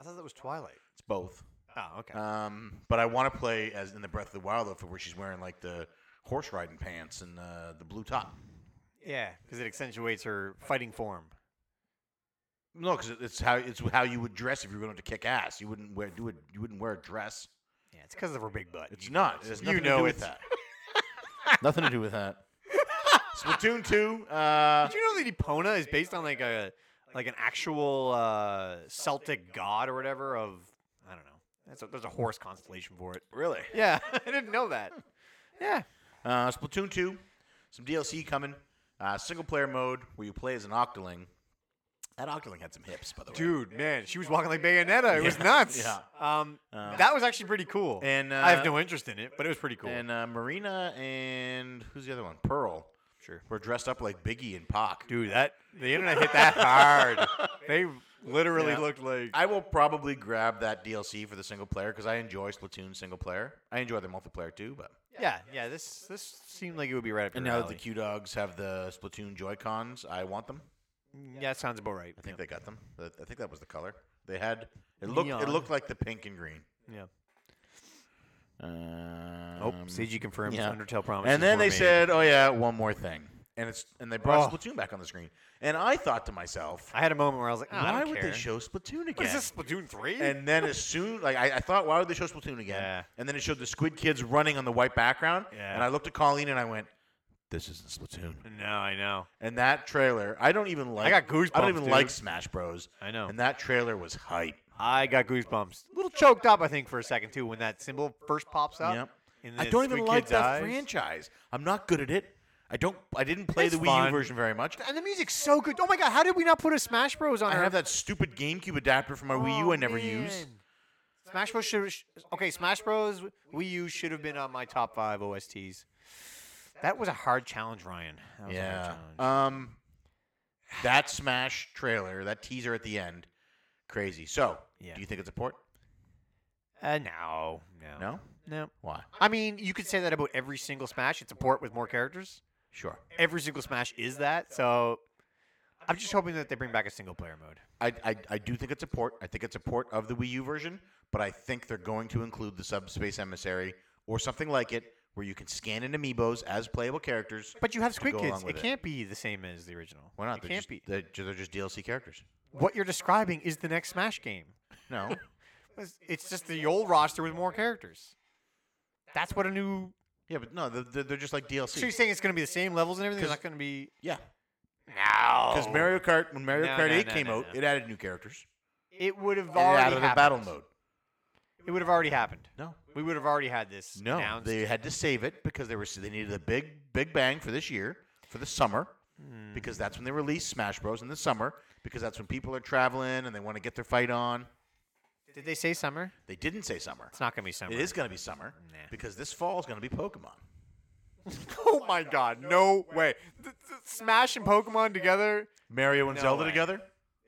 C: I thought that was Twilight.
B: It's both.
C: Oh, okay.
B: Um, but I want to play as in the Breath of the Wild outfit where she's wearing like the horse riding pants and uh, the blue top.
C: yeah, because it accentuates her fighting form.
B: No, because it's how it's how you would dress if you were going to kick ass. You wouldn't wear do it. You wouldn't wear a dress.
C: Yeah, it's because of her big butt.
B: It's not. It has
C: You
B: nothing to
C: know
B: do with
C: it's-
B: that. nothing to do with that. Splatoon two. Uh,
C: Did you know that Epona is based on like a like an actual uh, Celtic god or whatever of I don't know. That's a, there's a horse constellation for it.
B: really?
C: Yeah, I didn't know that. Yeah.
B: Uh, Splatoon 2, some DLC coming, uh, single player mode where you play as an Octoling. That Octoling had some hips, by the way.
C: Dude, man, she was walking like Bayonetta. It was nuts.
B: yeah.
C: Um, that was actually pretty cool.
B: and,
C: I have
B: uh,
C: no interest in it, but it was pretty cool.
B: And uh, Marina and who's the other one? Pearl. Sure. Were dressed up like Biggie and Pac.
C: Dude, that the internet hit that hard. they literally
B: Yeah.
C: looked like
B: I will probably grab that DLC for the single player because I enjoy Splatoon single player. I enjoy the multiplayer too, but.
C: yeah, yeah. This this seemed like it would be right up
B: And
C: your
B: now that the
C: alley.
B: Q Dogs have the Splatoon Joy Cons, I want them.
C: yeah, it sounds about right.
B: I think they got them. That- I think that was the color they had. It looked. It
C: Neon.
B: looked like the pink and green.
C: yeah.
B: Um,
C: Oh, CG confirms
B: yeah.
C: Undertale promises.
B: And then
C: were
B: they
C: made.
B: said, "Oh yeah, one more thing," and it's and they brought
C: Oh.
B: Splatoon back on the screen. And I thought to myself,
C: I had a moment where I was like, oh, I
B: "Why
C: don't
B: would
C: care.
B: they show Splatoon again?"
C: What is this Splatoon three?
B: And then as soon, like I, I thought, "Why would they show Splatoon again?"
C: Yeah.
B: And then it showed the Squid Kids running on the white background,
C: Yeah.
B: and I looked at Colleen and I went, "This isn't Splatoon."
C: no, I know.
B: And that trailer, I don't even like.
C: got goosebumps,
B: I don't even
C: dude.
B: like Smash Bros.
C: I know.
B: And that trailer was hype.
C: I got goosebumps. A little choked up, I think, for a second too, when that symbol first pops up.
B: Yep.
C: Uh, in
B: I
C: the
B: don't
C: Squid
B: even like
C: Kid's
B: that
C: eyes.
B: franchise. I'm not good at it. I don't. I didn't play
C: It's
B: the Wii
C: fun.
B: U version very much.
C: And the music's so good. Oh my god, how did we not put a Smash Bros on
B: I
C: our
B: have that stupid GameCube adapter for my
C: Oh,
B: Wii U. I never used.
C: Smash Bros. Should, sh- okay, Smash Bros. Wii U should have been on my top five OSTs. That was a hard challenge, Ryan. That was a hard
B: Yeah.
C: challenge.
B: Um, that Smash trailer, that teaser at the end, crazy. So,
C: Yeah.
B: do you think it's a port?
C: Uh, no, no,
B: No.
C: no.
B: Why?
C: I mean, you could say that about every single Smash. It's a port with more characters.
B: Sure.
C: Every single Smash is that. So, I'm just hoping that they bring back a single player mode.
B: I, I I do think it's a port. I think it's a port of the Wii U version, but I think they're going to include the Subspace Emissary or something like it, where you can scan in amiibos as playable characters.
C: But you have
B: To
C: Squid
B: go
C: Kids.
B: along
C: It
B: with it.
C: can't be the same as the original.
B: Why not?
C: It
B: They're
C: can't
B: just,
C: be.
B: They're, ju- they're just DLC characters.
C: What you're describing is the next Smash game.
B: No.
C: It's- It's just the old roster with more characters. That's what a new.
B: yeah, but no, they're, they're just like DLC.
C: So you're saying it's going to be the same levels and everything? It's not going to be.
B: yeah,
C: No.
B: because Mario Kart when Mario
C: Oh. No,
B: Kart
C: no,
B: 8
C: no,
B: came
C: no,
B: out,
C: no.
B: it added new characters.
C: It would have
B: It
C: already
B: added
C: happened.
B: a battle mode.
C: It would have already happened.
B: No,
C: We would have already had this.
B: no,
C: Announced.
B: they had to save it because they were they needed a big big bang for this year for the summer.
C: Hmm.
B: Because that's when they release Smash Bros. in the summer. Because that's when people are traveling and they want to get their fight on.
C: Did they say summer?
B: They didn't say summer.
C: It's not going to be summer.
B: It is going to be summer
C: Nah.
B: because this fall is going to be Pokemon.
C: oh my God! No way. Th- th- Smash and Pokemon together.
B: Mario and
C: No
B: Zelda
C: way.
B: together.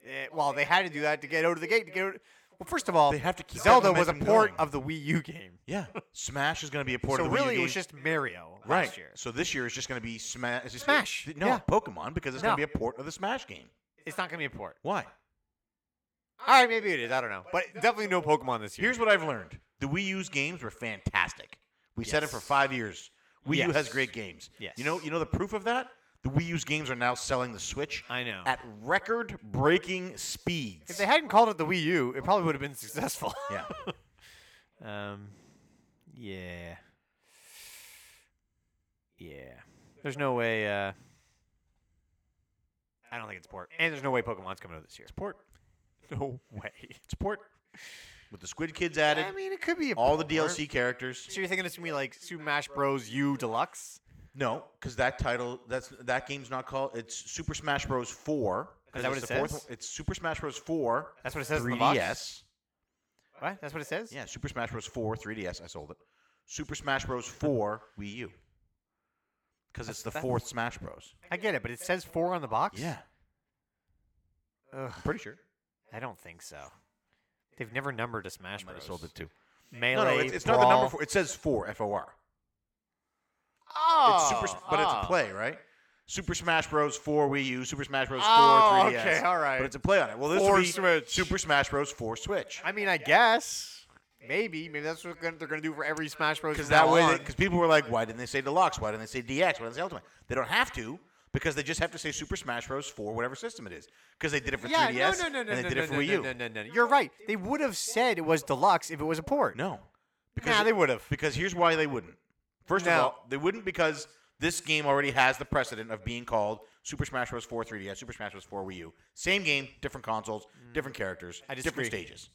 C: Eh, well, they had to do that to get out of the gate. To get. Out well, first of all,
B: They have to keep that
C: Zelda was a
B: momentum
C: port
B: going.
C: of the Wii U game.
B: Yeah, Smash is going to be a port
C: so
B: of the Wii U
C: really, it was
B: game.
C: just Mario
B: right.
C: last year.
B: So this year is just going to be Sma- is it-
C: Smash,
B: No,
C: yeah.
B: Pokemon because it's
C: No.
B: going to be a port of the Smash game.
C: It's not going to be a port.
B: Why?
C: All right, maybe it is. I don't know, but definitely no Pokemon this year.
B: Here's what I've learned: the Wii U's games were fantastic. We said it for
C: Yes.
B: five years. Wii U has
C: Yes.
B: great games.
C: Yes.
B: You know, you know the proof of that. The Wii U's games are now selling the Switch.
C: I know.
B: At record-breaking speeds.
C: if they hadn't called it the Wii U, it probably would have been successful.
B: yeah.
C: Um, yeah, yeah. There's no way. Uh, I don't think it's port, and there's no way Pokemon's coming out this year. It's port. No way.
B: It's port with the Squid Kids added,
C: I mean, it could be a
B: all the
C: port.
B: DLC characters.
C: So you're thinking it's gonna be like Super Smash Bros. U Deluxe?
B: No, because that title that's that game's not called. It's Super Smash Bros. Four. 'cause
C: Is
B: it's
C: that what it
B: the fourth
C: says?
B: one- It's Super Smash Bros. Four.
C: That's what it says in the box.
B: 3DS.
C: What? That's what it says.
B: Yeah, Super Smash Bros. Four 3DS. I sold it. Super Smash Bros. Four Wii U. Because it's the
C: That's-
B: fourth Smash Bros.
C: I get it, but it says four on the box.
B: Yeah,
C: Ugh,
B: pretty sure.
C: I don't think so. They've never numbered a Smash
B: Might
C: Bros.
B: have sold it too.
C: Melee,
B: No, no, it's, it's not the number
C: Brawl.
B: four. It says four F O R.
C: Oh,
B: It's super, Sm- but it's
C: oh.
B: a play, right? Super Smash Bros. 4 Wii U, Super Smash Bros. 4
C: Oh,
B: 3DS.
C: okay, all right.
B: But it's a play on it. Well, this
C: For
B: will be
C: Switch.
B: Super Smash Bros. 4 Switch.
C: I mean, I guess maybe maybe that's what gonna, they're gonna do for every Smash Bros.
B: Because
C: from now
B: that way,
C: on.
B: because people were like, why didn't they say Deluxe? Why didn't they say DX? Why didn't they say Ultimate? They don't have to because they just have to say Super Smash Bros. 4, whatever system it is. Because they did it for
C: yeah,
B: 3DS
C: no, no, no, no,
B: and they
C: no,
B: did
C: no,
B: it for
C: no,
B: Wii
C: no,
B: U.
C: No, no, no, no. You're right. They would have said it was deluxe if it was a port.
B: No. Because
C: nah, they would have.
B: Because here's why they wouldn't. First
C: No.
B: of all, they wouldn't because this game already has the precedent of being called Super Smash Bros. 4 3DS, Super Smash Bros. 4 Wii U. Same game, different consoles, different characters,
C: I
B: different
C: disagree.
B: stages.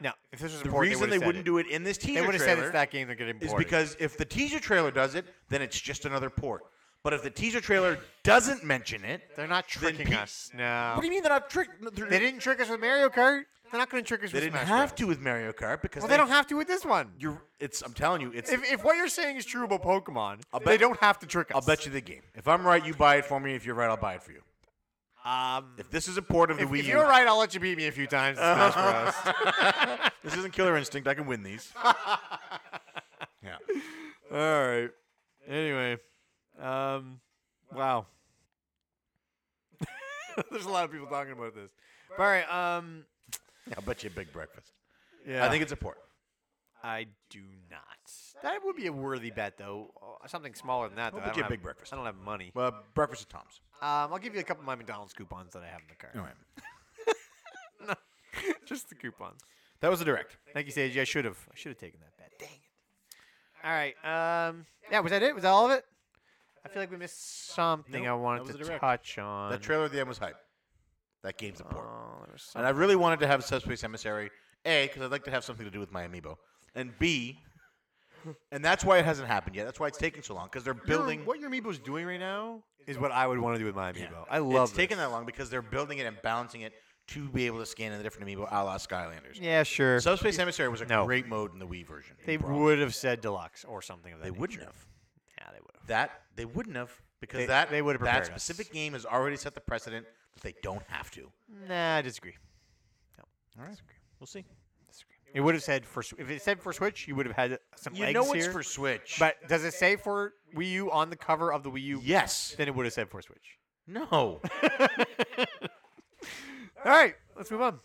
C: No, if this was a
B: The
C: port,
B: reason they,
C: they, would've said
B: wouldn't
C: it.
B: do it in this teaser
C: They would have said
B: trailer
C: it's that game they're getting
B: is
C: ported.
B: because if the teaser trailer does it, then it's just another port. But if the teaser trailer doesn't mention it,
C: they're not
B: then
C: tricking
B: pe-
C: us. No,
B: What do you mean they're not tricking?
C: they didn't trick us with Mario Kart. They're not gonna trick us
B: They
C: with
B: didn't
C: Smash
B: have
C: Bros.
B: to with Mario Kart because
C: Well, they don't have to with this one.
B: You're, it's. I'm telling you, it's.
C: If, if what you're saying is true about Pokemon, they
B: bet-
C: don't have to trick us.
B: I'll bet you the game. If I'm right, you buy it for me. If you're right, I'll buy it for you.
C: Um,
B: If this is a port of the
C: if,
B: Wii
C: if
B: U,
C: you're right, I'll let you beat me a few times. in Smash Bros.
B: this isn't Killer Instinct. I can win these. yeah.
C: All right. Anyway, um, wow. There's a lot of people talking about this. But all right. Um,
B: I'll bet you a big breakfast.
C: yeah.
B: I think it's a port.
C: I do not. That would be a worthy bet, though. Uh, Something smaller than that. Though.
B: We'll
C: I
B: book
C: don't
B: you a
C: have-
B: big breakfast.
C: I don't have money.
B: Well, Uh, breakfast at Tom's.
C: Um, I'll give you a couple of my McDonald's coupons that I have in the car.
B: All right.
C: Just the coupons.
B: That was the direct.
C: Thank you, Sage. I should have. I should have taken that bet. Dang it. All right. Um. Yeah. Was that it? Was that all of it? I feel like we missed something
B: Nope,
C: I
B: that
C: wanted
B: was
C: to
B: the direct.
C: touch on.
B: That trailer at the end was hype. That game's a port.
C: Oh, there was some-
B: and I really wanted to have Subspace Emissary. A, because I'd like to have something to do with my amiibo. And B, and that's why it hasn't happened yet. That's why it's taking so long because they're building.
C: what your amiibo's doing right now is what I would want to do with my amiibo.
B: Yeah.
C: I love
B: It's taking
C: this.
B: that long because they're building it and balancing it to be able to scan in the different amiibo, a la Skylanders.
C: Yeah, sure.
B: Subspace Emissary was a
C: No.
B: great mode in the Wii version.
C: they
B: Brawl.
C: would have said deluxe or something of that.
B: They
C: nature.
B: wouldn't have.
C: Yeah, they would have.
B: That they wouldn't have because
C: They-
B: that
C: they would have
B: that
C: prepared us.
B: specific game has already set the precedent that they don't have to.
C: Nah, I disagree.
B: All right, we'll see.
C: Disagree. It would have said for Sw- if it said for Switch, you would have had some
B: You
C: legs
B: know it's
C: here.
B: for Switch,
C: but does it say for Wii U on the cover of the Wii U?
B: yes,
C: Then it would have said for Switch.
B: no.
C: All right, let's move on.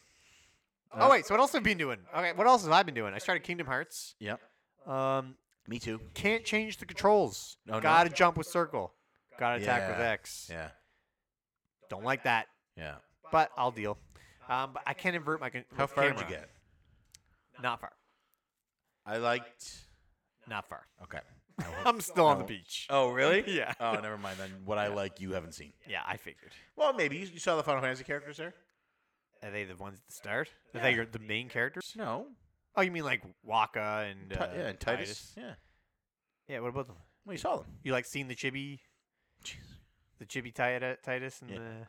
C: oh wait, so what else have I been doing? Okay, what else have I been doing? I started Kingdom Hearts.
B: yep,
C: Um,
B: me too.
C: can't change the controls.
B: No, no.
C: Gotta jump with circle. Gotta attack with
B: Yeah,
C: X.
B: Yeah,
C: Don't like that,
B: yeah.
C: but I'll deal. Um, but I can't invert my con-
B: How
C: my
B: far did you
C: camera.
B: get?
C: Not far.
B: I liked.
C: Not far.
B: Okay.
C: I'm still on the beach.
B: Oh really?
C: Yeah.
B: Oh, never mind then. What I like, you haven't seen.
C: Yeah, I figured.
B: Well, maybe you, you saw the Final Fantasy characters there.
C: Are they the ones at the start? Are they your, the main characters?
B: No.
C: Oh, you mean like Waka and
B: Ti-
C: uh,
B: yeah, and Titus. Yeah.
C: Yeah, what about them?
B: Well, you saw them.
C: You like seeing the chibi,
B: Jeez.
C: the chibi Ti- Titus and
B: Yeah.
C: the and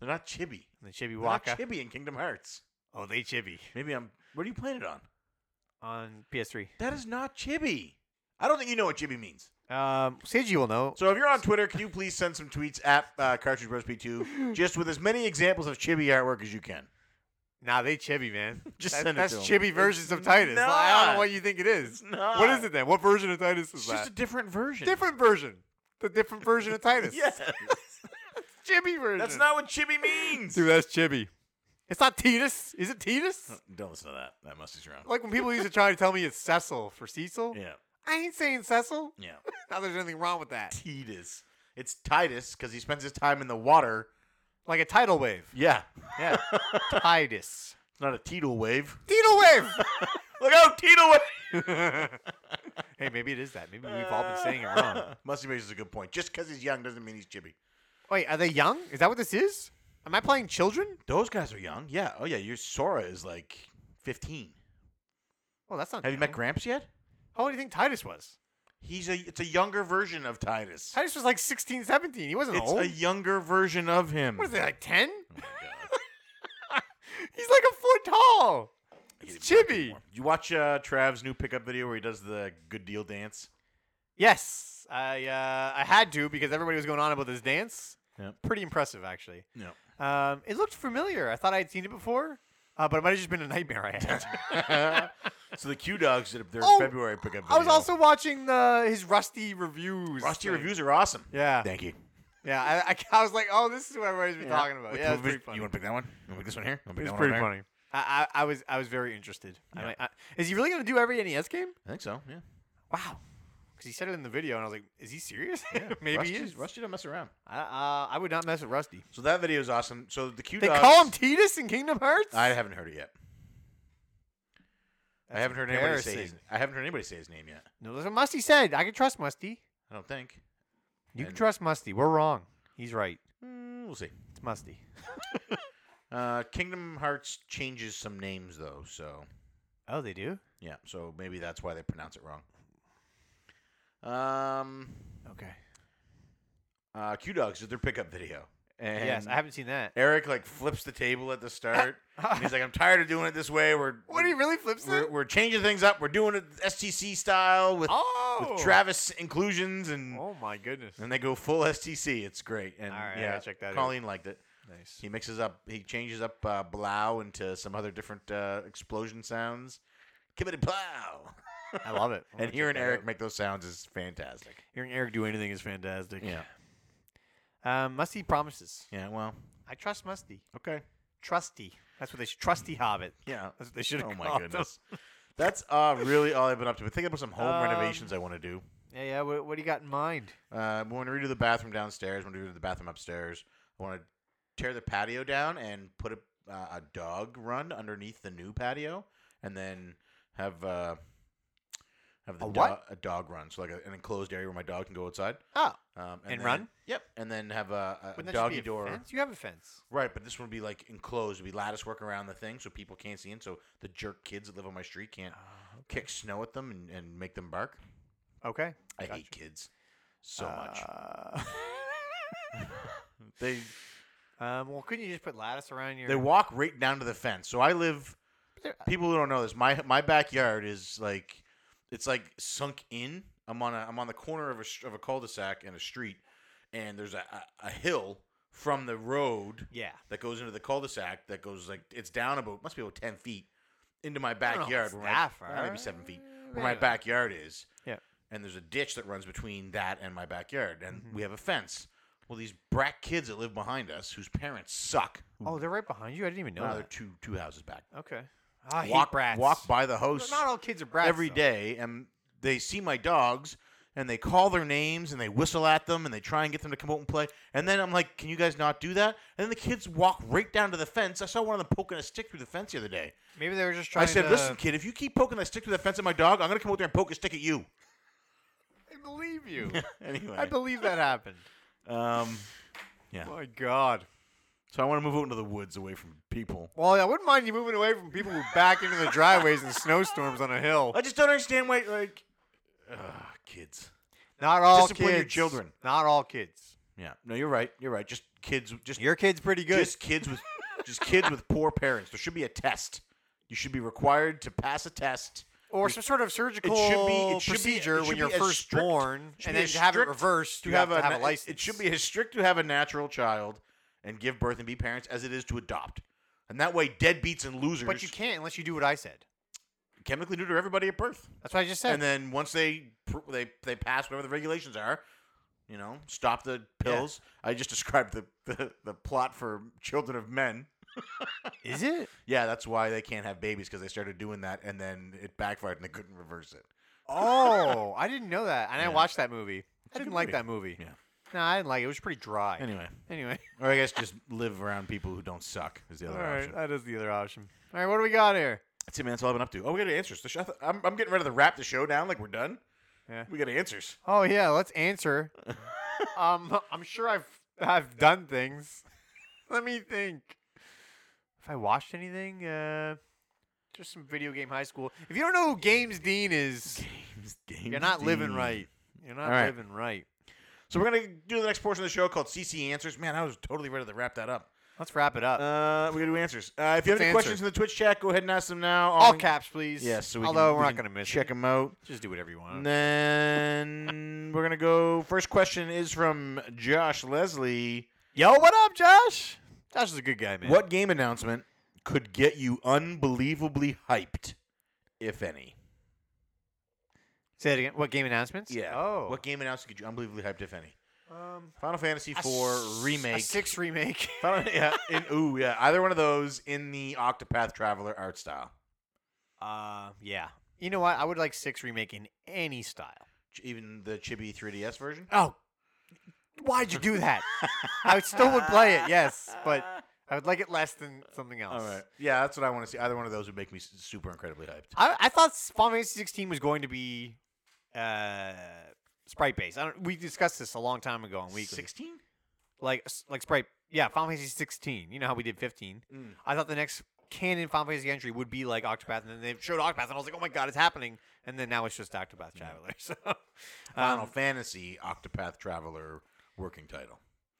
B: They're not chibi.
C: the
B: They're
C: chibi
B: not
C: Waka?
B: chibi in Kingdom Hearts.
C: oh, they chibi
B: Maybe I'm. What are you playing it on?
C: on PS3.
B: That is not chibi. I don't think you know what chibi means.
C: Um, Seiji will know.
B: So if you're on Twitter, can you please send some tweets at uh, Cartridge Bros P2 just with as many examples of chibi artwork as you can.
C: Nah, they chibi, man.
B: Just
C: That-
B: send it
C: that's
B: to 'em.
C: chibi versions of Titus. Like, I don't know what you think it is.
B: not.
C: What is it then? What version of Titus is
B: It's
C: that?
B: just a different version.
C: different version. The different version of Titus.
B: Yes.
C: chibi version.
B: That's not what chibi means.
C: Dude, that's chibi. It's not Titus. Is it Titus?
B: Don't listen to that. That must be wrong.
C: Like when people used to try to tell me it's Cecil for Cecil.
B: Yeah.
C: I ain't saying Cecil.
B: Yeah.
C: Not there's anything wrong with that.
B: Titus. It's Titus because he spends his time in the water.
C: Like a tidal wave.
B: Yeah.
C: Yeah. Titus.
B: It's not a tidal wave.
C: Tidal wave.
B: Look out, tidal wave.
C: hey, maybe it is that. Maybe we've all been saying it wrong.
B: Musty raises a good point. Just because he's young doesn't mean he's chibi.
C: Wait, are they young? Is that what this is? Am I playing children?
B: Those guys are young. Yeah. Oh yeah. Your Sora is like 15.
C: Oh, that's not.
B: Have you met
C: young.
B: Gramps yet?
C: How old do you think Titus was?
B: He's a. It's a younger version of Titus.
C: Titus was like 16, 17. He wasn't
B: It's
C: old.
B: a Oh younger version of him.
C: what is it, like 10? He's like a foot tall. It's chibi.
B: You watch uh, Trav's new pickup video where he does the good deal dance.
C: Yes, I uh, I had to because everybody was going on about this dance.
B: Yep.
C: Pretty impressive, actually.
B: No.
C: Um, it looked familiar. I thought I had seen it before, uh, but it might have just been a nightmare I had.
B: so the Q Dogs did their
C: Oh,
B: February pickup. Video.
C: I was also watching the his Rusty reviews.
B: Rusty
C: thing.
B: reviews are awesome.
C: Yeah,
B: Thank you.
C: yeah. I, I, I was like, oh, this is what everybody's been talking about.
B: Which
C: yeah, it's
B: movie-
C: pretty funny.
B: You want to pick that one? You want to pick this one here? You wanna pick that
C: It's
B: one
C: pretty
B: over there?
C: funny. I, I, I was I was very interested. I, might- I, is he really gonna do every NES game?
B: I think so. Yeah.
C: Wow, because he said it in the video, and I was like, is he serious?
B: yeah.
C: Maybe
B: Rusty's,
C: he is.
B: Rusty don't mess around.
C: I, uh, I would not mess with Rusty.
B: So that video is awesome. So the Q
C: They
B: Dogs.
C: call him Titus in Kingdom Hearts.
B: I haven't heard it yet. I
C: That's
B: haven't heard anybody say. His,
C: embarrassing.
B: I haven't heard anybody say his name yet.
C: No, that's what Musty said. I can trust Musty.
B: I don't think.
C: You can
B: And-
C: trust Musty. We're wrong. He's right.
B: Mm, we'll see.
C: It's Musty.
B: Uh, Kingdom Hearts changes some names though, so
C: Oh, they do.
B: yeah, so maybe that's why they pronounce it wrong. Um,
C: Okay.
B: uh, Q Dogs did their pickup video, and
C: yes, I haven't seen that.
B: Eric like flips the table at the start. and he's like, "I'm tired of doing it this way. We're
C: What he really flips
B: we're,
C: it?
B: we're changing things up. We're doing it STC style with
C: Oh,
B: with Travis inclusions and."
C: Oh my goodness.
B: And they go full STC. It's great. And
C: All right, I
B: yeah,
C: gotta check that out.
B: Colleen liked it.
C: Nice.
B: He mixes up, he changes up uh, Blow into some other different uh, explosion sounds. Give it a plow.
C: I love it. I'm gonna
B: And
C: check
B: hearing
C: that
B: Eric
C: out.
B: make those sounds is fantastic.
C: hearing Eric do anything is fantastic. Um, Musty promises.
B: Yeah, well,
C: I trust Musty.
B: okay.
C: Trusty. That's what they should. Trusty Hobbit.
B: Yeah.
C: That's what they should have
B: Oh, my
C: called
B: goodness. That's uh, really all I've been up to. But think about some home
C: Um,
B: renovations I want to do.
C: him. Yeah, yeah. What, what do you got in mind?
B: Uh, I want to redo the bathroom downstairs. I want to redo the bathroom upstairs. I want to tear the patio down and put a, uh, a dog run underneath the new patio, and then have uh, have the
C: A
B: do-
C: what?
B: a dog run, so like a, an enclosed area where my dog can go outside
C: Oh,
B: um,
C: And
B: then-
C: run?
B: Yep, and then have a, a
C: wouldn't that just be
B: doggy
C: a
B: door.
C: Fence? You have a fence.
B: Right, but this one would be like enclosed. It'd be lattice work around the thing so
C: Ah,
B: people can't see in, so the jerk kids that live on my street can't kick snow at them and, and make them bark.
C: Okay.
B: I
C: Gotcha. Uh,
B: hate kids so much.
C: much.
B: They
C: um, well, couldn't you just put lattice around your?
B: they walk right down to the fence. So I live.
C: They're- uh,
B: People who don't know this, my my backyard is like it's like sunk in. I'm on a I'm on the corner of a str- of a cul-de-sac and a street, and there's a, a, a hill from the road
C: yeah.
B: that goes into the cul-de-sac that goes like it's down about must be about ten feet into my
C: I don't know if
B: backyard.
C: it's
B: where my-
C: that
B: well, maybe
C: far.
B: seven feet where my
C: Maybe.
B: backyard is.
C: Yeah.
B: And there's a ditch that runs between that and my backyard, and
C: Mhm.
B: we have a fence. Well, these brat kids that live behind us, whose parents suck. who-
C: Oh, they're right behind you. I didn't even know
B: no, they're
C: that.
B: two two houses back.
C: Okay. Ah, I
B: walk
C: hate brats.
B: walk by the
C: But
B: house
C: Not all kids are brats.
B: every
C: though.
B: day, and they see my dogs, and they call their names, and they whistle at them, and they try and get them to come out and play. And then I'm like, "Can you guys not do that?" And then the kids walk right down to the fence. I saw one of them poking a stick through the fence the other day.
C: Maybe they were just trying.
B: I said,
C: to,
B: "Listen, kid, if you keep poking that stick through the fence at my dog, I'm gonna come out there and poke a stick at you."
C: I believe you.
B: anyway,
C: I believe that happened.
B: um, Yeah.
C: My God.
B: so I want to move out into the woods away from people.
C: Well, I wouldn't mind you moving away from people who back into the driveways in snowstorms on a hill.
B: I just don't understand why, like, ugh, kids.
C: Not all
B: Discipline
C: kids.
B: your children.
C: Not all kids.
B: Yeah, no, you're right. You're right. Just kids. Just
C: Your kid's pretty good.
B: Just kids with just kids with poor parents. There should be a test. You should be required to pass a test.
C: or some sort of surgical
B: it should be-
C: procedure
B: it
C: when
B: should
C: you're
B: be as
C: first
B: strict-
C: born,
B: should
C: and
B: be
C: then
B: as
C: to have it
B: strict
C: reversed, you
B: to
C: have, to have
B: na-
C: a license.
B: It should be as strict to have a natural child and give birth and be parents as it is to adopt. And that way, deadbeats and losers
C: but you can't unless you do what I said.
B: chemically neuter everybody at birth.
C: That's what I just said.
B: And then once they pr- they they pass whatever the regulations are, you know, stop the pills. I just described the, the the plot for Children of Men.
C: is it?
B: Yeah, that's why they can't have babies because they started doing that and then it backfired and they couldn't reverse it.
C: Oh, I didn't know that, and
B: Yeah.
C: I watched that movie. I
B: a
C: didn't
B: good
C: like
B: movie.
C: that movie.
B: Yeah.
C: No, I didn't like it. It was pretty dry.
B: Anyway,
C: Anyway,
B: or I guess just live around people who don't suck is the
C: all
B: other
C: right,
B: option.
C: that is the other option. All right, what do we got here?
B: That's it, man. That's all I've been up to. Oh, we got answers. The show, I thought- I'm, I'm getting ready to wrap the show down. Like we're done.
C: Yeah.
B: We got answers.
C: Oh yeah, let's answer. um, I'm sure I've I've done things. Let me think. If I watched anything, uh, just some video game high school. If you don't know who Games Dean is,
B: Games, games.
C: you're not living
B: deep.
C: right. You're not
B: All right.
C: living right.
B: So we're gonna do the next portion of the show called CC Answers. Man, I was totally ready to wrap that up.
C: Let's wrap it up.
B: Uh, we're gonna do answers. Uh, if you have
C: Let's
B: any questions
C: answer.
B: in the Twitch chat, go ahead and ask them now.
C: All
B: we-
C: caps, please.
B: um, Yeah, so we
C: although
B: can,
C: we're
B: we
C: not
B: can
C: gonna miss
B: check
C: it.
B: them out.
C: Just do whatever you want.
B: And then we're gonna go. First question is from Josh Leslie.
C: Yo, what up, Josh? Josh is a good guy, man.
B: What game announcement could get you unbelievably hyped, if any?
C: Say it again. What game announcements? Oh.
B: What game announcement could you unbelievably hyped, if any?
C: Um,
B: Final Fantasy
C: a
B: IV
C: s- a
B: remake.
C: six remake.
B: Final- yeah, in, ooh, yeah. Either one of those in the Octopath Traveler art style.
C: Uh, yeah. You know what? I would like six remake in any style.
B: Ch- Even the Chibi 3DS version.
C: Oh, why'd you do that? I would still would play it, yes, but I would like it less than something else.
B: Yeah, that's what I want to see. Either one of those would make me s- super incredibly hyped.
C: I, I thought s- Final Fantasy 16 was going to be uh, sprite based. I don't. We discussed this a long time ago on weekly.
B: Sixteen.
C: Like s- like sprite. Yeah, Final Fantasy 16. You know how we did 15.
B: Mm.
C: I thought the next canon Final Fantasy entry would be like Octopath, and then they showed Octopath, and I was like, oh my god, it's happening. And then now it's just Octopath Traveler. So
B: Mm. Final
C: um,
B: Fantasy Octopath Traveler working title.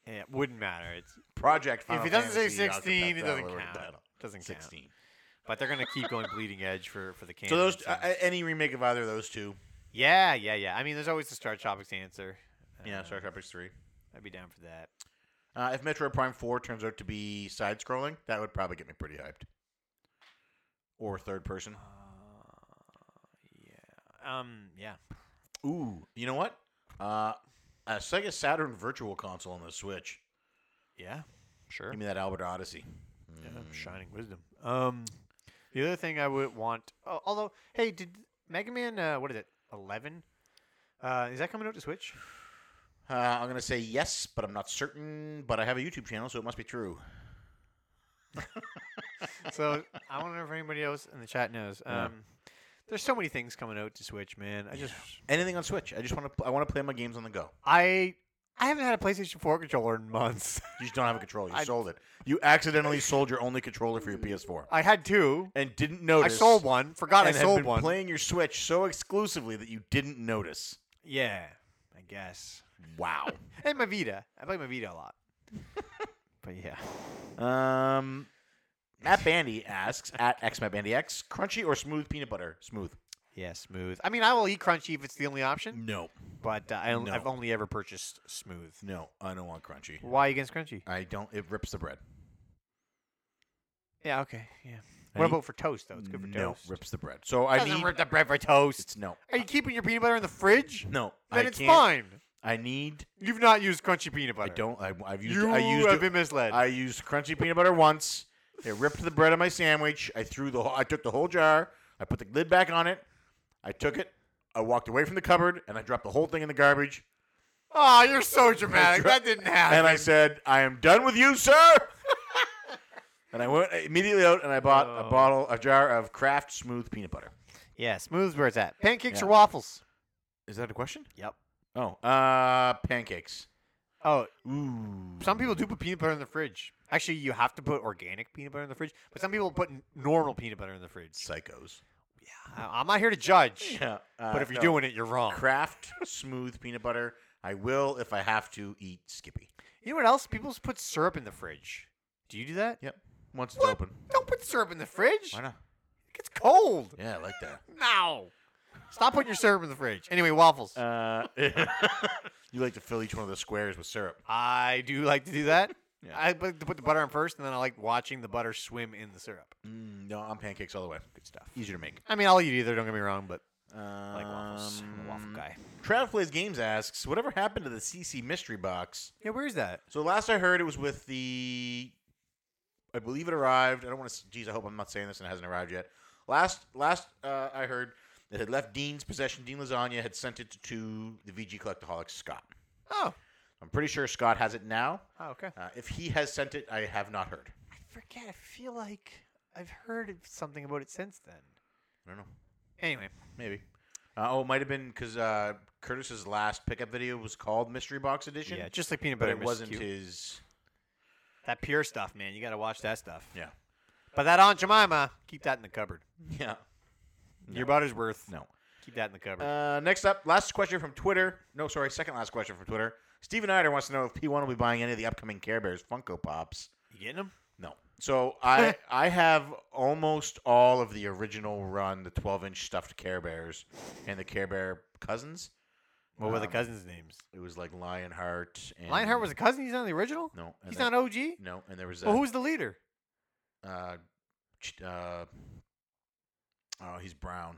C: yeah, it wouldn't matter. It's
B: Project. Final
C: if it doesn't say
B: Fantasy
C: 16,
B: Octopath
C: it doesn't
B: Traveler
C: count.
B: title.
C: Doesn't count.
B: Sixteen.
C: But they're gonna keep going bleeding edge for for the canon.
B: So those uh, any remake of either of those two.
C: yeah, yeah, yeah. I mean, there's always the Star Tropics answer.
B: Yeah,
C: Uh,
B: Star Tropics three.
C: I'd be down for that.
B: Uh, if Metro Prime Four turns out to be side scrolling, that would probably get me pretty hyped. Or third person.
C: Uh, yeah. Um. Yeah.
B: Ooh, you know what? Uh, a Sega Saturn Virtual Console on the Switch.
C: Yeah. Sure.
B: Give me that Albert Odyssey.
C: Yeah,
B: Mm.
C: Shining wisdom. Um. The other thing I would want, oh, although, hey, did Mega Man? Uh, what is it? Eleven. Uh, is that coming out to Switch?
B: Uh, I'm gonna say yes, but I'm not certain. But I have a YouTube channel, so it must be true.
C: so I want to know if anybody else in the chat knows. Um,
B: Yeah.
C: There's so many things coming out to Switch, man. I just
B: Anything on Switch? I just want to. Pl- I want to play my games on the go.
C: I I haven't had a PlayStation 4 controller in months.
B: You just don't have a controller. You
C: I-
B: sold it. You accidentally sold your only controller for your PS4
C: I had two.
B: and didn't
C: I
B: notice.
C: sold one. Forgot
B: And
C: I
B: have
C: sold
B: been
C: one.
B: Playing your Switch so exclusively that you didn't notice.
C: Yeah, I guess.
B: Wow.
C: And my Vita. I play my Vita a lot. but yeah.
B: um, Matt Bandy asks at X Matt Bandy X crunchy or smooth peanut butter? Smooth.
C: Yeah, smooth. I mean, I will eat crunchy if it's the only option,
B: No,
C: but uh, I, on- I've
B: No.
C: only ever purchased smooth.
B: no, I don't want crunchy.
C: Why against crunchy?
B: I don't. It rips the bread.
C: Yeah, okay. Yeah.
B: I
C: what
B: eat-
C: about for toast though? It's good for
B: no,
C: toast.
B: rips the bread. So I
C: Doesn't
B: need
C: rip the bread for toast.
B: It's no,
C: Are you keeping your peanut butter in the fridge?
B: no.
C: Then
B: I
C: it's
B: can't-
C: fine.
B: I need.
C: You've not used crunchy peanut
B: I
C: butter.
B: don't. I, I've used.
C: You
B: I used.
C: have
B: it-
C: been misled.
B: I used crunchy peanut butter once. It ripped the bread on my sandwich. I threw the. whole- I took the whole jar. I put the lid back on it. I took it. I walked away from the cupboard and I dropped the whole thing in the garbage.
C: oh, you're so dramatic.
B: right.
C: That didn't happen.
B: And I said, "I am done with you, sir." and I went immediately out and I bought a
C: Oh.
B: bottle, a jar of Kraft Smooth peanut butter.
C: yeah, smooth's where it's at. Pancakes
B: Yeah.
C: or waffles?
B: Is that a question?
C: Yep.
B: Oh, uh, pancakes.
C: Oh,
B: Ooh.
C: some people do put peanut butter in the fridge. Actually, you have to put organic peanut butter in the fridge, but some people put n- normal peanut butter in the fridge.
B: psychos.
C: I- I'm not here to judge,
B: Yeah, uh,
C: but if you're
B: no.
C: doing it, you're wrong.
B: Kraft Smooth peanut butter, I will if I have to eat Skippy.
C: You know what else? People s- put syrup in the fridge. Do you do that?
B: Yep. Once
C: What?
B: it's open.
C: Don't put syrup in the fridge.
B: Why not?
C: It's cold.
B: Yeah, I like that.
C: No. Stop putting your syrup in the fridge. Anyway, waffles.
B: Uh, you like to fill each one of the squares with syrup.
C: I do like to do that.
B: Yeah.
C: I like to put the butter on first, and then I like watching the butter swim in the syrup.
B: Mm, no, I'm pancakes all the way. Good stuff. Easier to make.
C: I mean, I'll eat either. Don't get me wrong, but
B: Um,
C: I like waffles. I'm a waffle guy.
B: Trav Plays Games asks, whatever happened to the CC mystery box?
C: Yeah, where is that?
B: So last I heard, it was with the. I believe it arrived. I don't want to. Geez, I hope I'm not saying this and it hasn't arrived yet. Last last uh, I heard, it had left Dean's possession. Dean Lasagna had sent it to the VG Collectaholic Scott.
C: Oh.
B: I'm pretty sure Scott has it now.
C: Oh, okay.
B: Uh, if he has sent it, I have not heard.
C: I forget. I feel like I've heard of something about it since then.
B: I don't know.
C: Anyway,
B: Maybe. Uh, oh, it might have been because uh, Curtis's last pickup video was called Mystery Box Edition.
C: yeah, just like peanut
B: but
C: butter.
B: it
C: Mrs.
B: wasn't
C: Q.
B: his.
C: that pure stuff, man. You got to watch that stuff.
B: Yeah.
C: But that Aunt Jemima, keep that in the cupboard.
B: Yeah.
C: Your butter's worth.
B: No.
C: Keep that in the cupboard.
B: Uh, next up, last question from Twitter. No, sorry, second last question from Twitter. Steven Eider wants to know if P1 will be buying any of the upcoming Care Bears Funko Pops.
C: you getting them?
B: No. So I I have almost all of the original run, the 12 inch stuffed Care Bears and the Care Bear cousins.
C: What were the
B: Um,
C: cousins' names?
B: It was like Lionheart. And,
C: Lionheart was a cousin. He's not in the original.
B: no. and
C: He's
B: then-
C: not OG.
B: No, and there was a,
C: Well, who's the leader?
B: uh, ch- uh, oh, he's brown.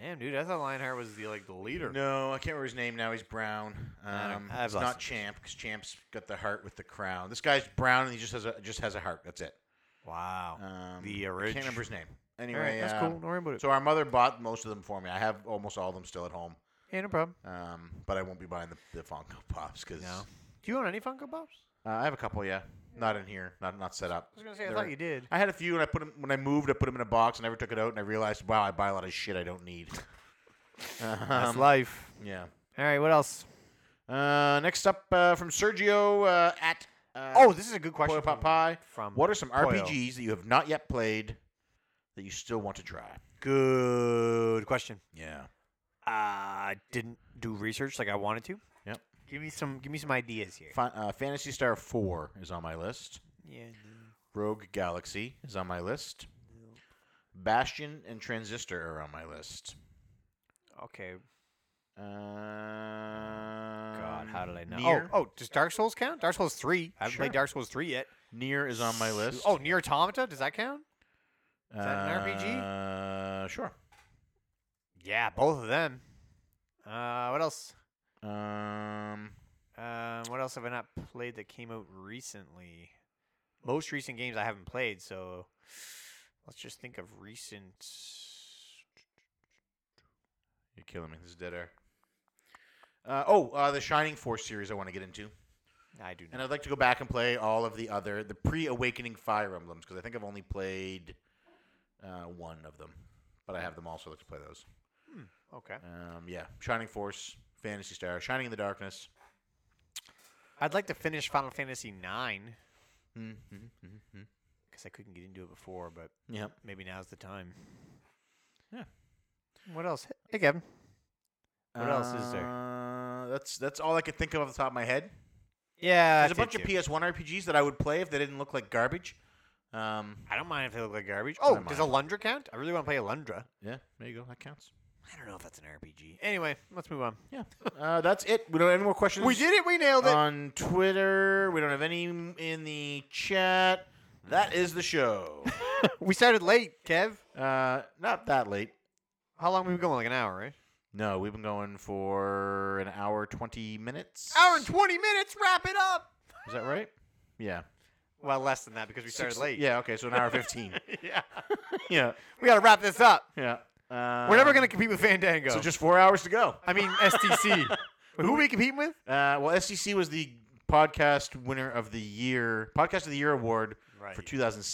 C: Damn, dude, I thought Lionheart was the like the leader.
B: No, I can't remember his name now. He's brown.
C: I don't-
B: Um,
C: I've
B: it's
C: lost
B: not
C: interest.
B: Champ because Champ's got the heart with the crown. This guy's brown and he just has a just has a heart. That's it.
C: Wow.
B: Um,
C: Oh, The
B: I
C: orig-
B: can't remember his name.
C: All
B: Anyway,
C: right, that's
B: uh,
C: cool. Don't worry about it.
B: So our mother bought most of them for me. I have almost all of them still at home,
C: yeah, no problem.
B: um, but I won't be buying the, the Funko Pops because
C: No. Do you own any Funko Pops?
B: uh, I have a couple. Yeah, not in here, not not set up.
C: I was gonna say I
B: They're-
C: thought you did.
B: I had a few, and I put them when I moved. I put them in a box. I never took it out, and I realized, wow, I buy a lot of shit I don't need.
C: That's
B: Um,
C: life.
B: yeah.
C: All right, what else?
B: Uh, next up uh, from Sergio uh, at uh,
C: Oh, this is a good question.
B: Pollo Pot
C: from-
B: Pie.
C: From
B: What are some
C: Pollo.
B: RPGs that you have not yet played that you still want to try?
C: Good question.
B: Yeah.
C: I didn't do research like I wanted to.
B: Yep.
C: Give me some. Give me some ideas here.
B: Fin- uh, Fantasy Star Four is on my list.
C: Yeah.
B: Rogue Galaxy is on my list. Bastion and Transistor are on my list.
C: Okay.
B: Uh,
C: God,
B: God,
C: how did I know?
B: Nier,
C: Oh, oh, does Dark Souls count? Dark Souls three. I haven't played
B: Sure.
C: Dark Souls three yet.
B: Nier is on my list.
C: Oh, Near Automata. Does that count?
B: is
C: that an RPG?
B: RPG? Uh, sure.
C: Yeah, both of them. Uh, what else?
B: Um,
C: Um, what else have I not played that came out recently? Most recent games I haven't played, so let's just think of recent.
B: You're killing me. This is dead air. Uh, oh, uh, the Shining Force series I want to get into,
C: I do
B: and
C: not.
B: I'd like to go back and play all of the other the pre-awakening Fire Emblems because I think I've only played uh, one of them, but I have them all, so I'd like to play those.
C: Okay.
B: Um, yeah, Shining Force, Fantasy Star, Shining in the Darkness.
C: I'd like to finish Final Fantasy nine
D: Hmm,
B: Mm-hmm, mm-hmm.
C: because I couldn't get into it before, but
B: Yep.
C: maybe now's the time.
B: Yeah.
C: What else? Hey, Kevin.
B: What
D: else is there?
B: Uh, that's that's all I could think of off the top of my head.
D: Yeah,
B: There's a bunch of PS1 RPGs that I would play if they didn't look like garbage. Um,
D: I don't mind if they look like garbage.
B: I
D: Oh,
B: don't
D: does
B: mind.
D: Alundra count? I really want to play Alundra.
B: yeah, there you go. That counts.
D: I don't know if that's an RPG.
C: Anyway, let's move on.
B: Yeah, uh, that's it. We don't have any more questions.
C: We did it. We nailed it.
B: on Twitter. We don't have any in the chat. That is the show.
C: we started late, Kev.
B: uh, not that late.
C: How long we been going? Like an hour, right?
B: No, we've been going for an hour twenty minutes.
C: Hour and twenty minutes. Wrap it up.
B: Is that right? Yeah.
C: Well, less than that because we started
B: Six-
C: late.
B: Yeah. Okay. So an hour fifteen.
C: yeah.
B: yeah.
C: We got to wrap this up. Um,
B: Yeah. Uh,
C: We're never going to compete with Fandango.
B: So just four hours to go.
C: I mean STC. Who are we competing with?
B: Uh, well, SCC was the podcast winner of the year, podcast of the year award for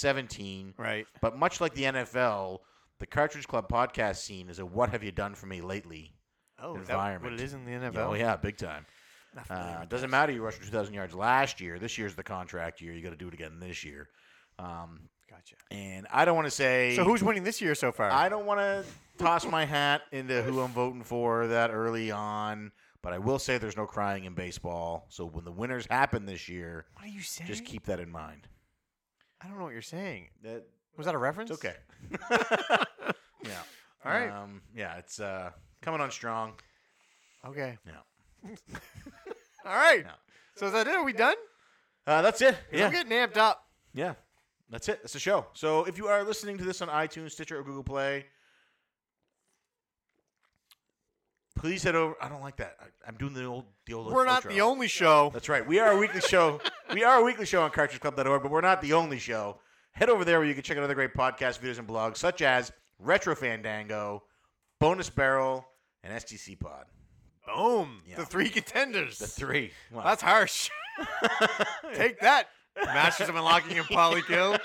B: 2017.
C: Right.
B: But much like the NFL, the Cartridge Club podcast scene is a "What have you done for me lately?"
C: Oh,
B: is that what Environment. it is
C: in the NFL?
B: Oh yeah, big time. Uh, doesn't matter you rushed for 2,000 yards last year. This year's the contract year. You got to do it again this year. Um,
C: Gotcha.
B: and I don't want to say.
C: So who's winning this year so far?
B: I don't want to toss my hat into who I'm voting for that early on, but I will say there's no crying in baseball. So when the winners happen this year,
C: what are you saying?
B: just keep that in mind.
C: I don't know what you're saying.
B: That,
C: Was that a reference?
B: it's okay. yeah.
C: All right.
B: Um, yeah, it's uh, coming on strong.
C: Okay.
B: Yeah.
C: All right.
B: No.
C: So is that it? Are we done?
B: Uh, that's it. Yeah.
C: I'm getting amped up.
B: Yeah. That's it. That's the show. So if you are listening to this on iTunes, Stitcher, or Google Play, please head over. I don't like that. I, I'm doing the old the old.
C: We're not
B: outro.
C: the only show.
B: That's right. We are a weekly show. We are a weekly show on cartridgeclub.org, but we're not the only show. Head over there where you can check out other great podcasts, videos, and blogs such as Retro Fandango, Bonus Barrel, and STC Pod.
C: Boom.
B: Yeah.
C: The three contenders.
B: The three. Wow.
C: That's harsh. Take that. Masters of Unlocking and Polykill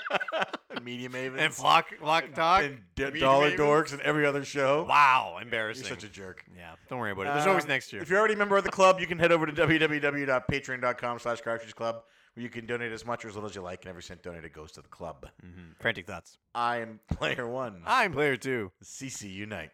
B: Medium Avens
C: and Flock Lock Dog.
B: and D-
C: Medium
B: Dollar
C: Avens.
B: Dorks and every other show.
C: Wow, embarrassing.
B: You're such a jerk.
C: yeah, don't worry about it. There's always
B: Um,
C: next year.
B: If you're already a member of the club, you can head over to www.patreon.com slash cartridge club where you can donate as much or as little as you like, and every cent donated goes to the club.
C: Mm-hmm. Frantic thoughts. Ah.
B: I am player one.
C: I'm player two.
B: CC Unite.